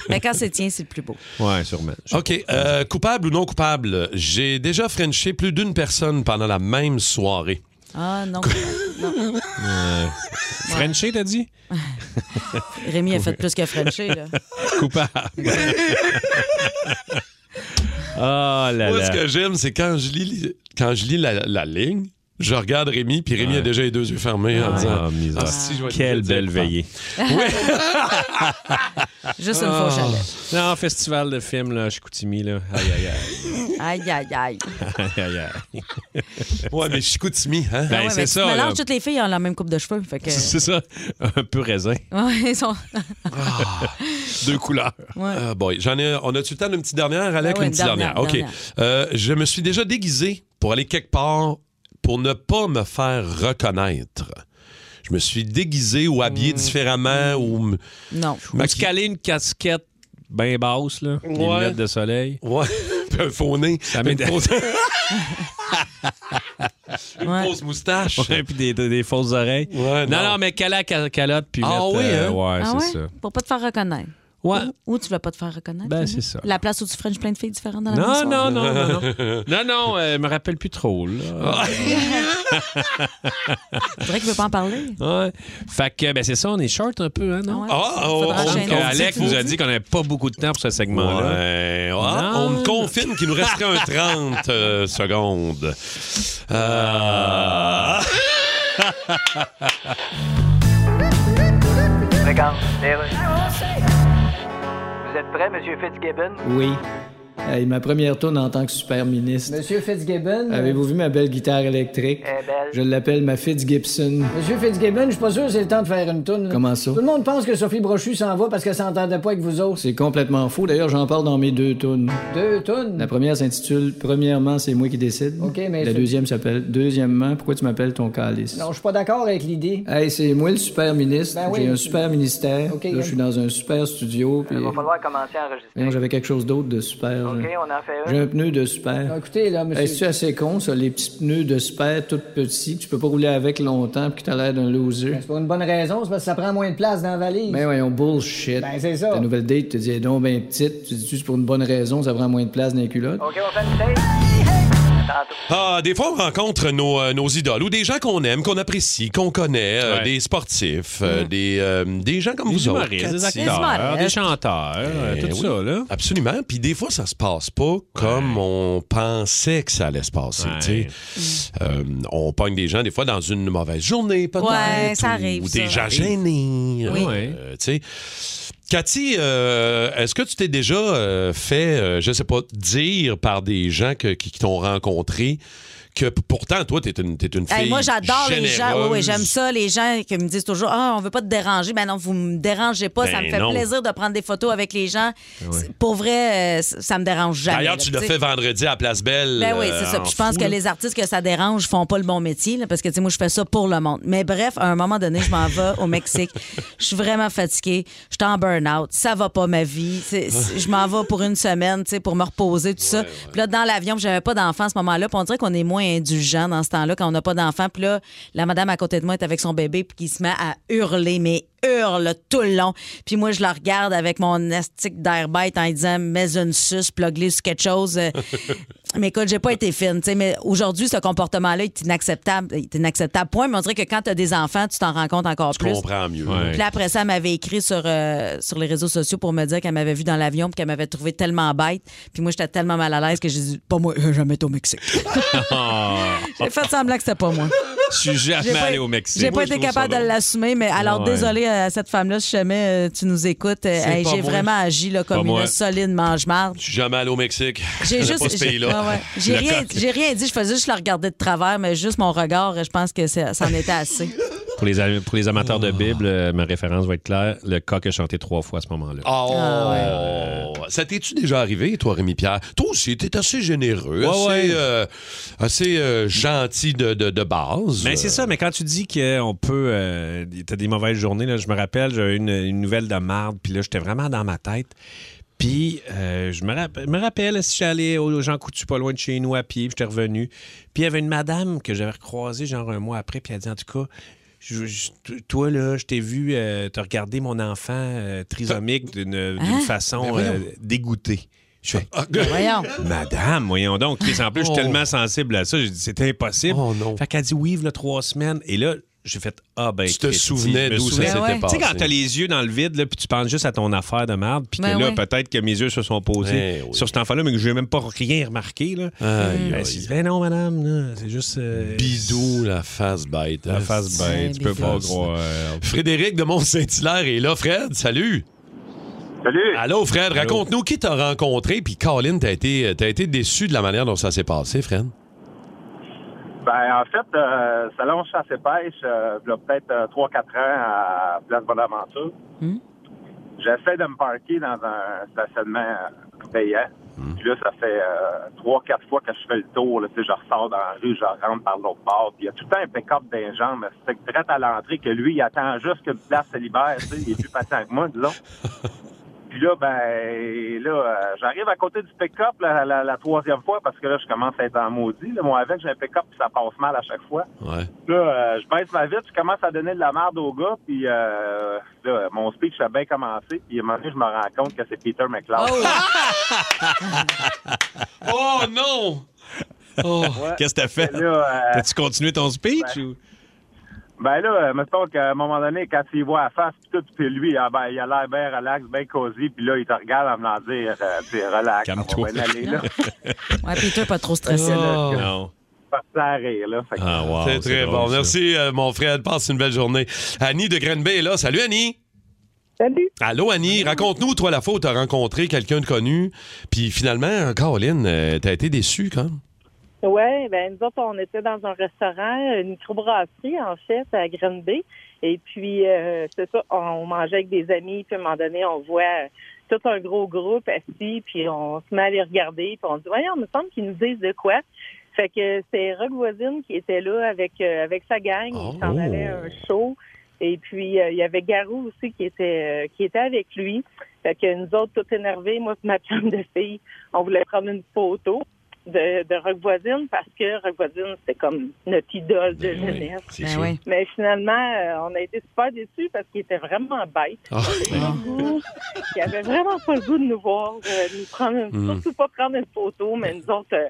Mais quand c'est tien, c'est le plus beau.
ouais, sûrement.
OK. euh, coupable ou non coupable, j'ai déjà frenché plus d'une personne pendant la même soirée.
Ah, non. non.
Euh, Frenchie, t'as
<laughs>
dit?
Rémi a fait plus que Frenchie, là.
<laughs>
<laughs>
Coupable. Ah là
Moi,
là.
ce que j'aime, c'est quand je lis, les- quand je lis la, la ligne, je regarde Rémi, puis Rémi a déjà les deux yeux fermés en
Ah,
disant
misère.
Ah, si, je vais
Quelle
te dire,
belle veillée.
<laughs> Juste
Ah.
une fois au chalet.
Non, festival de films, là, Chicoutimi, là. Aïe, aïe, aïe. <laughs>
Aïe, aïe, aïe.
aïe, aïe, aïe.
Ouais, mais Chicoutimi, hein?
Ben,
Ah Ouais, mais
c'est
tu
ça.
mélanges,
là.
toutes les filles ont la même coupe de cheveux. Fait que...
C'est ça. Un peu raisin.
Ouais, ils sont-
Deux couleurs.
Ouais.
Ah, boy. J'en ai, on a-tu le temps d'une petite dernière, Alex?
Ah ouais,
une petite
dernière,
dernière. OK.
dernière.
Euh, je me suis déjà déguisé pour aller quelque part pour ne pas me faire reconnaître. Je me suis déguisé ou habillé différemment ou... m-
Mm. Non.
Je me suis calé une casquette bien basse, là. Des
Ouais.
lunettes de soleil.
Ouais, <laughs> puis un faux nez.
Ça m'est-
Une
<laughs>
fausse- Une
Ouais.
fausse moustache.
Ouais, puis des, des- des fausses oreilles. non. non,
non.
mais calé à ca- calotte, puis
Ah
mettre...
oui,
euh,
hein?
ouais,
Ah
c'est
ouais? Pour pas te faire reconnaître.
Ouais.
Ou, ou tu veux pas te faire reconnaître.
Ben,
Rémi?
c'est ça.
La place où tu frenches plein de filles différentes dans la même
ça. Non,
soirée.
non, non,
<laughs>
non, non. Non, non, euh, je me rappelle plus trop,
Ah.
là.
<laughs> C'est vrai qu'il veut pas en parler.
Ouais. Fait que, ben, c'est ça, on est short un peu, hein, non?
Ouais.
Ah, on,
Faudra
on-
enchaîner.
Donc, euh, Alex nous a dit qu'on n'avait pas beaucoup de temps pour ce segment-là.
Ouais, ah,
Non.
on me confirme qu'il nous resterait un 30 euh, secondes. Euh. <laughs> Ah.
Regarde, Vous êtes prêt, Monsieur Fitzgibbon?
Oui. Hey, ma première tourne en tant que super ministre.
Monsieur Fitzgibbon. euh,
Avez-vous vu ma belle guitare électrique? Je l'appelle ma Fitzgibson.
Monsieur Fitzgibbon, je suis pas sûr que c'est le temps de faire une toune. là.
Comment ça?
Tout le monde pense que Sophie Brochu s'en va parce qu'elle s'entendait pas avec vous autres.
C'est complètement faux. D'ailleurs, j'en parle dans mes deux tunes.
Deux tounes.
La première s'intitule Premièrement, c'est moi qui décide.
OK, mais
La
c'est-
deuxième s'appelle Deuxièmement, pourquoi tu m'appelles ton calice?
Non, je suis pas d'accord avec l'idée.
Hey, c'est moi le super ministre.
Ben oui.
J'ai un super ministère.
OK,
Là, je suis
hein.
dans un super studio. Puis...
Il va falloir commencer à enregistrer.
Voyons, J'avais quelque chose d'autre de super.
OK,
là.
on en fait
J'ai
un.
un pneu de super.
Ah, Écoutez, là, monsieur.
Hey, c'est assez con, ça, les petits pneus de sperre tout petits, que tu peux pas rouler avec longtemps puis que t'as l'air d'un loser.
Ben, C'est pour une bonne raison, c'est parce que ça prend moins de place dans la valise.
Mais voyons, bullshit.
Ben, c'est ça.
Ta nouvelle date, tu te dis, Eh donc ben petite, tu dis, c'est pour une bonne raison, ça prend moins de place dans les culottes.
OK, on fait une tête. tantôt.
Ah, des fois, on rencontre nos, euh, nos idoles ou des gens qu'on aime, qu'on apprécie, qu'on connaît, euh,
Ouais. Mm.
des sportifs, euh, des, euh, des gens comme
Des
vous autres.
humoristes,
Cathy.
des acteurs, Des humoristes. des chanteurs, euh,
Eh
tout ça, là.
Absolument. Puis des fois, ça se passe pas comme on pensait que ça allait se passer. tu sais.
Mm.
Euh, on pogne des gens, des fois, dans une mauvaise journée, peut-être.
Ouais, ça
ou-
arrive,
Ou
ça.
des
Ça
gens
arrive.
gênés.
Oui.
euh, tu sais. Cathy, euh, est-ce que tu t'es déjà euh, fait, euh, je sais pas, dire par des gens que- qui, qui t'ont rencontré que p- pourtant, toi, t'es une, t'es une fille
Hey, moi, j'adore les gens. Oui, oui,
généreuse.
j'aime ça. Les gens qui me disent toujours Ah, on veut pas te déranger. Ben non, vous me dérangez pas. ça
Ben
me fait
non.
plaisir de prendre des photos avec les gens.
Ben
C'est- Pour vrai, euh, c- ça me dérange jamais.
D'ailleurs,
là,
tu l'as
sais.
fait vendredi à Place Belle.
Ben oui,
euh,
c'est ça.
en
Puis je pense
fou,
que
là.
les artistes que ça dérange font pas le bon métier, là, parce que, tu sais, moi, je fais ça pour le monde. Mais bref, à un moment donné, je m'en vais au Mexique. Je suis vraiment fatiguée. Je suis en burn-out. Ça va pas ma vie. C'est- c'est- Je m'en vais pour une semaine, tu sais, pour me reposer, tout ça. Puis là, dans l'avion, puis j'avais pas d'enfant à ce moment-là. Puis on dirait qu'on est moins indulgent dans ce temps-là quand on n'a pas d'enfant. Puis là, la madame à côté de moi est avec son bébé, puis qui se met à hurler, mais hurle tout le long. Puis moi, je la regarde avec mon astique d'air bête en lui disant Mets une suce, plug-les sur quelque chose.
<laughs>
Euh, mais écoute, j'ai pas été fine. tu sais, Mais aujourd'hui, ce comportement-là est inacceptable. Il est inacceptable, point. Mais on dirait que quand tu as des enfants, tu t'en rends compte encore
Je
plus.
comprends mieux.
Puis là, après ça, elle m'avait écrit sur, euh, sur les réseaux sociaux pour me dire qu'elle m'avait vu dans l'avion puis qu'elle m'avait trouvé tellement bête. Puis moi, j'étais tellement mal à l'aise que j'ai dit Pas moi, je vais jamais été au Mexique. j'ai fait semblant que c'était pas moi.
Je suis
J'ai
jamais
pas-
allé au Mexique.
J'ai pas
Moi, je
été
trouve ça
capable de
drôle.
l'assumer, mais alors
Ouais.
désolé à cette femme-là si jamais euh, tu nous écoutes. Euh,
C'est
hey,
pas
j'ai
moi.
vraiment agi là,
Pas
comme
moi.
une solide mange-marde.
Je suis jamais allé au Mexique.
J'ai
J'aime
juste.
pas ce
j'ai-
pays-là.
ah ouais. J'ai
Le
rien,
coq.
j'ai rien dit, je faisais juste la regarder de travers, mais juste mon regard, je pense que c'est- ça en était assez.
Pour les, am- pour les amateurs
Ah.
de Bible, euh, ma référence va être claire. Le coq a chanté trois fois à ce moment-là. Euh,
Oh!
Ah
Ça t'es-tu déjà arrivé, toi, Rémi-Pierre? Toi aussi, t'es assez généreux,
Ouais,
assez,
ouais.
euh, assez, euh, gentil de, de- de base. Euh,
Mais Ben,
euh.
c'est ça, mais quand tu dis qu'on peut. euh, T'as des mauvaises journées, là, je me rappelle, j'avais eu une, une nouvelle de marde, puis là, j'étais vraiment dans ma tête. Puis, euh, je me, rappelle- me rappelle, si j'étais allé au Jean Coutu, pas loin de chez nous, à pied, puis j'étais revenu. Puis, il y avait une madame que j'avais recroisée, genre un mois après, puis elle dit En tout cas, je- je- t- toi, là, je t'ai vu, euh, t'as regardé mon enfant euh, trisomique d'une d'une
Hein?
façon
Ben voyons.
euh, dégoûtée. Je fais, ah, <laughs>
Ben
voyons.
Madame, voyons donc. Chris, en plus, je suis
Oh.
tellement sensible à ça. J'ai dit, c'est impossible.
Oh,
Fait qu'elle dit, oui, là, trois semaines. Et là, j'ai fait, ah, ben.
Tu te
Chris,
souvenais
je me
d'où ça
souviens.
s'était
Tu sais,
passé.
quand t'as les yeux dans le vide, là, puis tu penses juste à ton affaire de merde, puis
Ben
que là,
ouais.
peut-être que mes yeux se sont posés sur cet enfant-là, mais que je n'ai même pas rien remarqué, là.
Eh Aïe,
Ben,
aïe.
c'est- ben non, madame, là, c'est juste. euh,
Bidou, la face bête. hein?
La face bête, tu peux pas croire.
Frédéric de Mont-Saint-Hilaire est là. Fred, salut.
Salut.
Allô, Fred. Raconte-nous qui t'a rencontré. Puis, Colin, t'as été, t'as été déçu de la manière dont ça s'est passé, Fred.
Ben, en fait, euh, Salon Chasse et Pêche, euh, il y a peut-être euh, 3-4 ans à Place Bonaventure.
Hmm.
J'essaie de me parquer dans un stationnement payant. Puis là, ça fait euh, 3-4 fois que je fais le tour. Là, tu sais, je ressors dans la rue, je rentre par l'autre bord. Puis il y a tout le temps un pick-up dans les jambes. C'est prêt à l'entrée que lui, il attend juste que la place se libère. tu sais. Il est plus patient que moi, disons. Puis là, ben, là, euh, j'arrive à côté du pick-up la, la- la troisième fois parce que là, je commence à être en maudit. Là. Moi, avec, j'ai un pick-up puis ça passe mal à chaque fois.
Ouais.
Là, euh, je baisse ma vitre, je commence à donner de la merde au gars, puis euh, là, mon speech a bien commencé, puis à un moment donné, je me rends compte que c'est Peter McLeod.
<laughs> Oh non!
Ouais.
Oh, Qu'est-ce que t'as fait?
Là, euh,
T'as-tu continué ton speech?
ben-
ou-
Ben là, euh, mettons qu'à un moment donné, quand tu y vois à face, puis tout, puis lui, ah ben, il a l'air bien relax, bien cosy, puis là, il te regarde en me dire, euh, tu sais, relax, on va bien aller, là.
Ouais, Peter, pas trop stressé.
Oh. Ah,
là.
Non.
Parti à rire, là. Fait que-
c'est très bon. Merci, euh, mon Fred. Passe une belle journée. Annie de Green Bay est là. Salut, Annie.
Salut.
Allô, Annie. Raconte-nous, toi, la fois où t'as rencontré quelqu'un de connu. Puis finalement, Caroline, euh, t'as été déçue, quand même.
Oui, ben nous autres, on était dans un restaurant, une microbrasserie, en fait, à Green Bay. Et puis, euh, c'est ça, on mangeait avec des amis, puis à un moment donné, on voit euh, tout un gros groupe assis, puis on se met à les regarder, puis on dit, voyons, il me semble qu'ils nous disent de quoi. Fait que c'est Rock Voisine qui était là avec, euh, avec sa gang, il s'en allait à un show. Et puis, euh, il y avait Garou aussi qui était, euh, qui était avec lui. Fait que nous autres, tout énervés, moi et ma <laughs> femme de fille, on voulait prendre une photo de, de Rock Voisine parce que Rock Voisine, c'était comme notre idole de jeunesse.
c'est Ben sûr. oui.
Mais finalement, euh, on a été super déçus parce qu'il était vraiment bête.
Ah, ben
Il avait vraiment pas le goût de nous voir, de nous prendre, une-
Hmm. Ben.
surtout pas prendre une photo, mais nous autres, euh,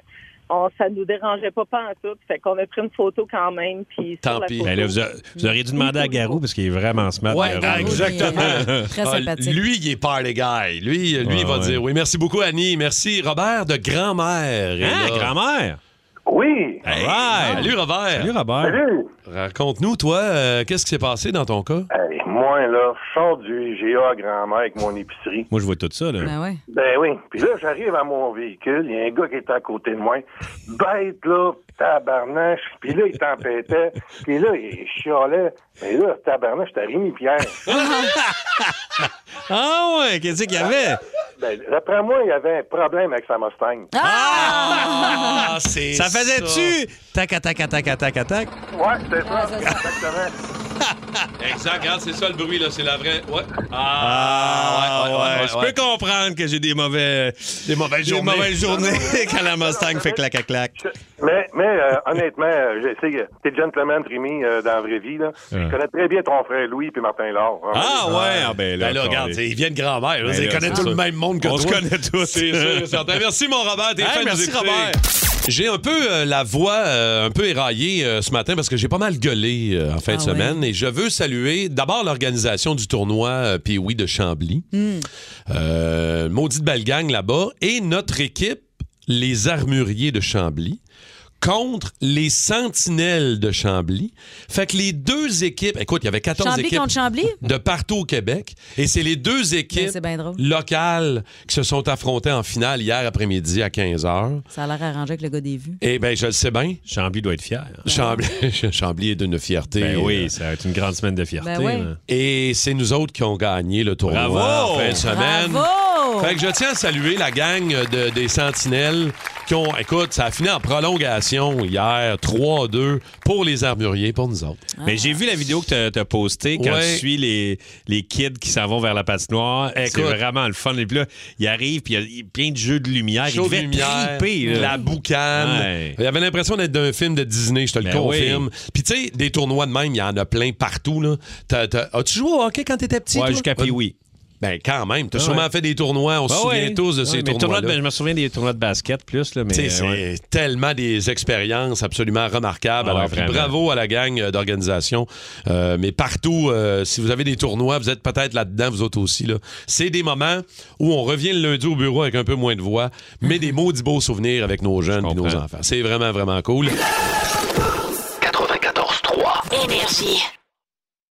on, ça nous dérangeait pas pas en tout. Fait qu'on a pris une photo quand même. Puis sur
Tant
la
pis.
photo-
Ben là, vous, a- vous auriez dû demander à Garou parce qu'il est vraiment smart.
Ouais,
Garou.
ah, exactement. <laughs>
Très
Ah,
sympathique.
lui, il est party guy. Lui, lui il va
ouais.
dire oui. Merci beaucoup, Annie. Merci, Robert de grand-mère.
Hein, grand-mère?
Oui.
Alright.
Salut, Robert.
Salut, Robert.
Salut.
Raconte-nous, toi, euh, qu'est-ce qui s'est passé dans ton cas?
Hey, moi, là, je sors du IGA à grand-mère avec mon épicerie.
Moi, je vois tout ça, là.
Ben oui. Puis là, j'arrive à mon véhicule. Il y a un gars qui est à côté de moi. Bête, là, tabarnache. Puis là, il t'empêtait. Puis là, il chialait. Mais là, tabarnache, t'as Rémi Pierre.
ah ouais, qu'est-ce qu'il y avait?
Ben, d'après moi, il y avait un problème avec sa Mustang.
Ah! c'est
Ça faisait-tu tac, tac, tac, tac, tac, tac?
Ouais, c'est ça. Exactement.
<laughs> Exact, regarde, c'est ça le bruit, là. C'est la vraie. Ouais.
Ah,
Ah,
ouais, ouais, Je peux comprendre que j'ai des mauvais... Des mauvaises
journées.
Des mauvaises <laughs> journées quand la Mustang fait clac, clac, clac.
Mais, mais euh, honnêtement, euh, je sais que t'es gentleman, Rémi, euh, dans la vraie vie. Là.
Ouais.
Je connais très bien ton frère Louis puis Martin Laure. hein.
Ah ouais, ah ben là.
Ben là, regarde,
attendez.
ils viennent grand-mère.
Ben
ils
là,
connaissent
c'est
tout le
ça.
même monde que
On
toi.
se connaît
<laughs>
tous.
C'est sûr, et certain. Merci, mon Robert. T'es
Hey,
fin de nous
merci,
écouter.
Robert.
J'ai un peu euh, la voix euh, un peu éraillée euh, ce matin parce que j'ai pas mal gueulé euh, en fin de
Ah
semaine et je veux saluer d'abord l'organisation du tournoi euh, Pee-Wee de Chambly.
Hmm.
Euh, maudite belle gang là-bas et notre équipe, les armuriers de Chambly contre les sentinelles de Chambly. Fait que les deux équipes, écoute, il y avait 14
Chambly
équipes
contre Chambly?
de partout au Québec. Et c'est les deux équipes
Ben, c'est bien drôle.
locales qui se sont affrontées en finale hier après-midi à 15h.
Ça a l'air arrangé avec le gars des vues.
Eh bien, je le sais bien.
Chambly doit être fier. hein.
Chambly, <laughs> Chambly est d'une fierté.
Ben oui,
ça va être une grande semaine de fierté.
Ben oui. là.
Et c'est nous autres qui ont gagné le tournoi
Bravo!
en fin de semaine.
Bravo!
Fait que je tiens à saluer la gang de- des Sentinelles qui ont, écoute, ça a fini en prolongation hier, 3-2 pour les armuriers, pour nous autres.
Mais j'ai vu la vidéo que tu as, postée quand
Ouais.
tu suis les, les kids qui s'en vont vers la patinoire. Eh, C'est
Écoute.
vraiment le fun. Et puis là, ils arrivent, puis il y a- il y a plein de jeux de lumière.
Show
ils
de
devaient
lumière,
triper, là.
la boucane.
Ouais.
Il y avait l'impression d'être d'un film de Disney, je te le
Ben
confirme.
oui.
Puis tu sais, des tournois de même, il y en a plein partout. Là. T'as- t'as- As-tu joué au hockey quand t'étais petit?
Ouais,
toi?
jusqu'à Pee-Wee.
Ben quand même, t'as
Ah
sûrement
ouais.
fait des tournois, on se
Ah
souvient
ouais.
tous de
Ouais,
ces
mais le tournoi
tournois-là.
de- ben, je me souviens des tournois de basket plus. Là, mais, euh,
Tu sais, c'est
ouais.
tellement des expériences absolument remarquables.
Ah ouais,
Alors, puis
vraiment.
bravo à la gang euh, d'organisation. Euh, mais partout, euh, si vous avez des tournois, vous êtes peut-être là-dedans, vous autres aussi. là. C'est des moments où on revient le lundi au bureau avec un peu moins de voix,
Mhm.
mais des maudits beaux souvenirs avec nos jeunes et nos enfants. C'est vraiment, vraiment cool.
Énergie.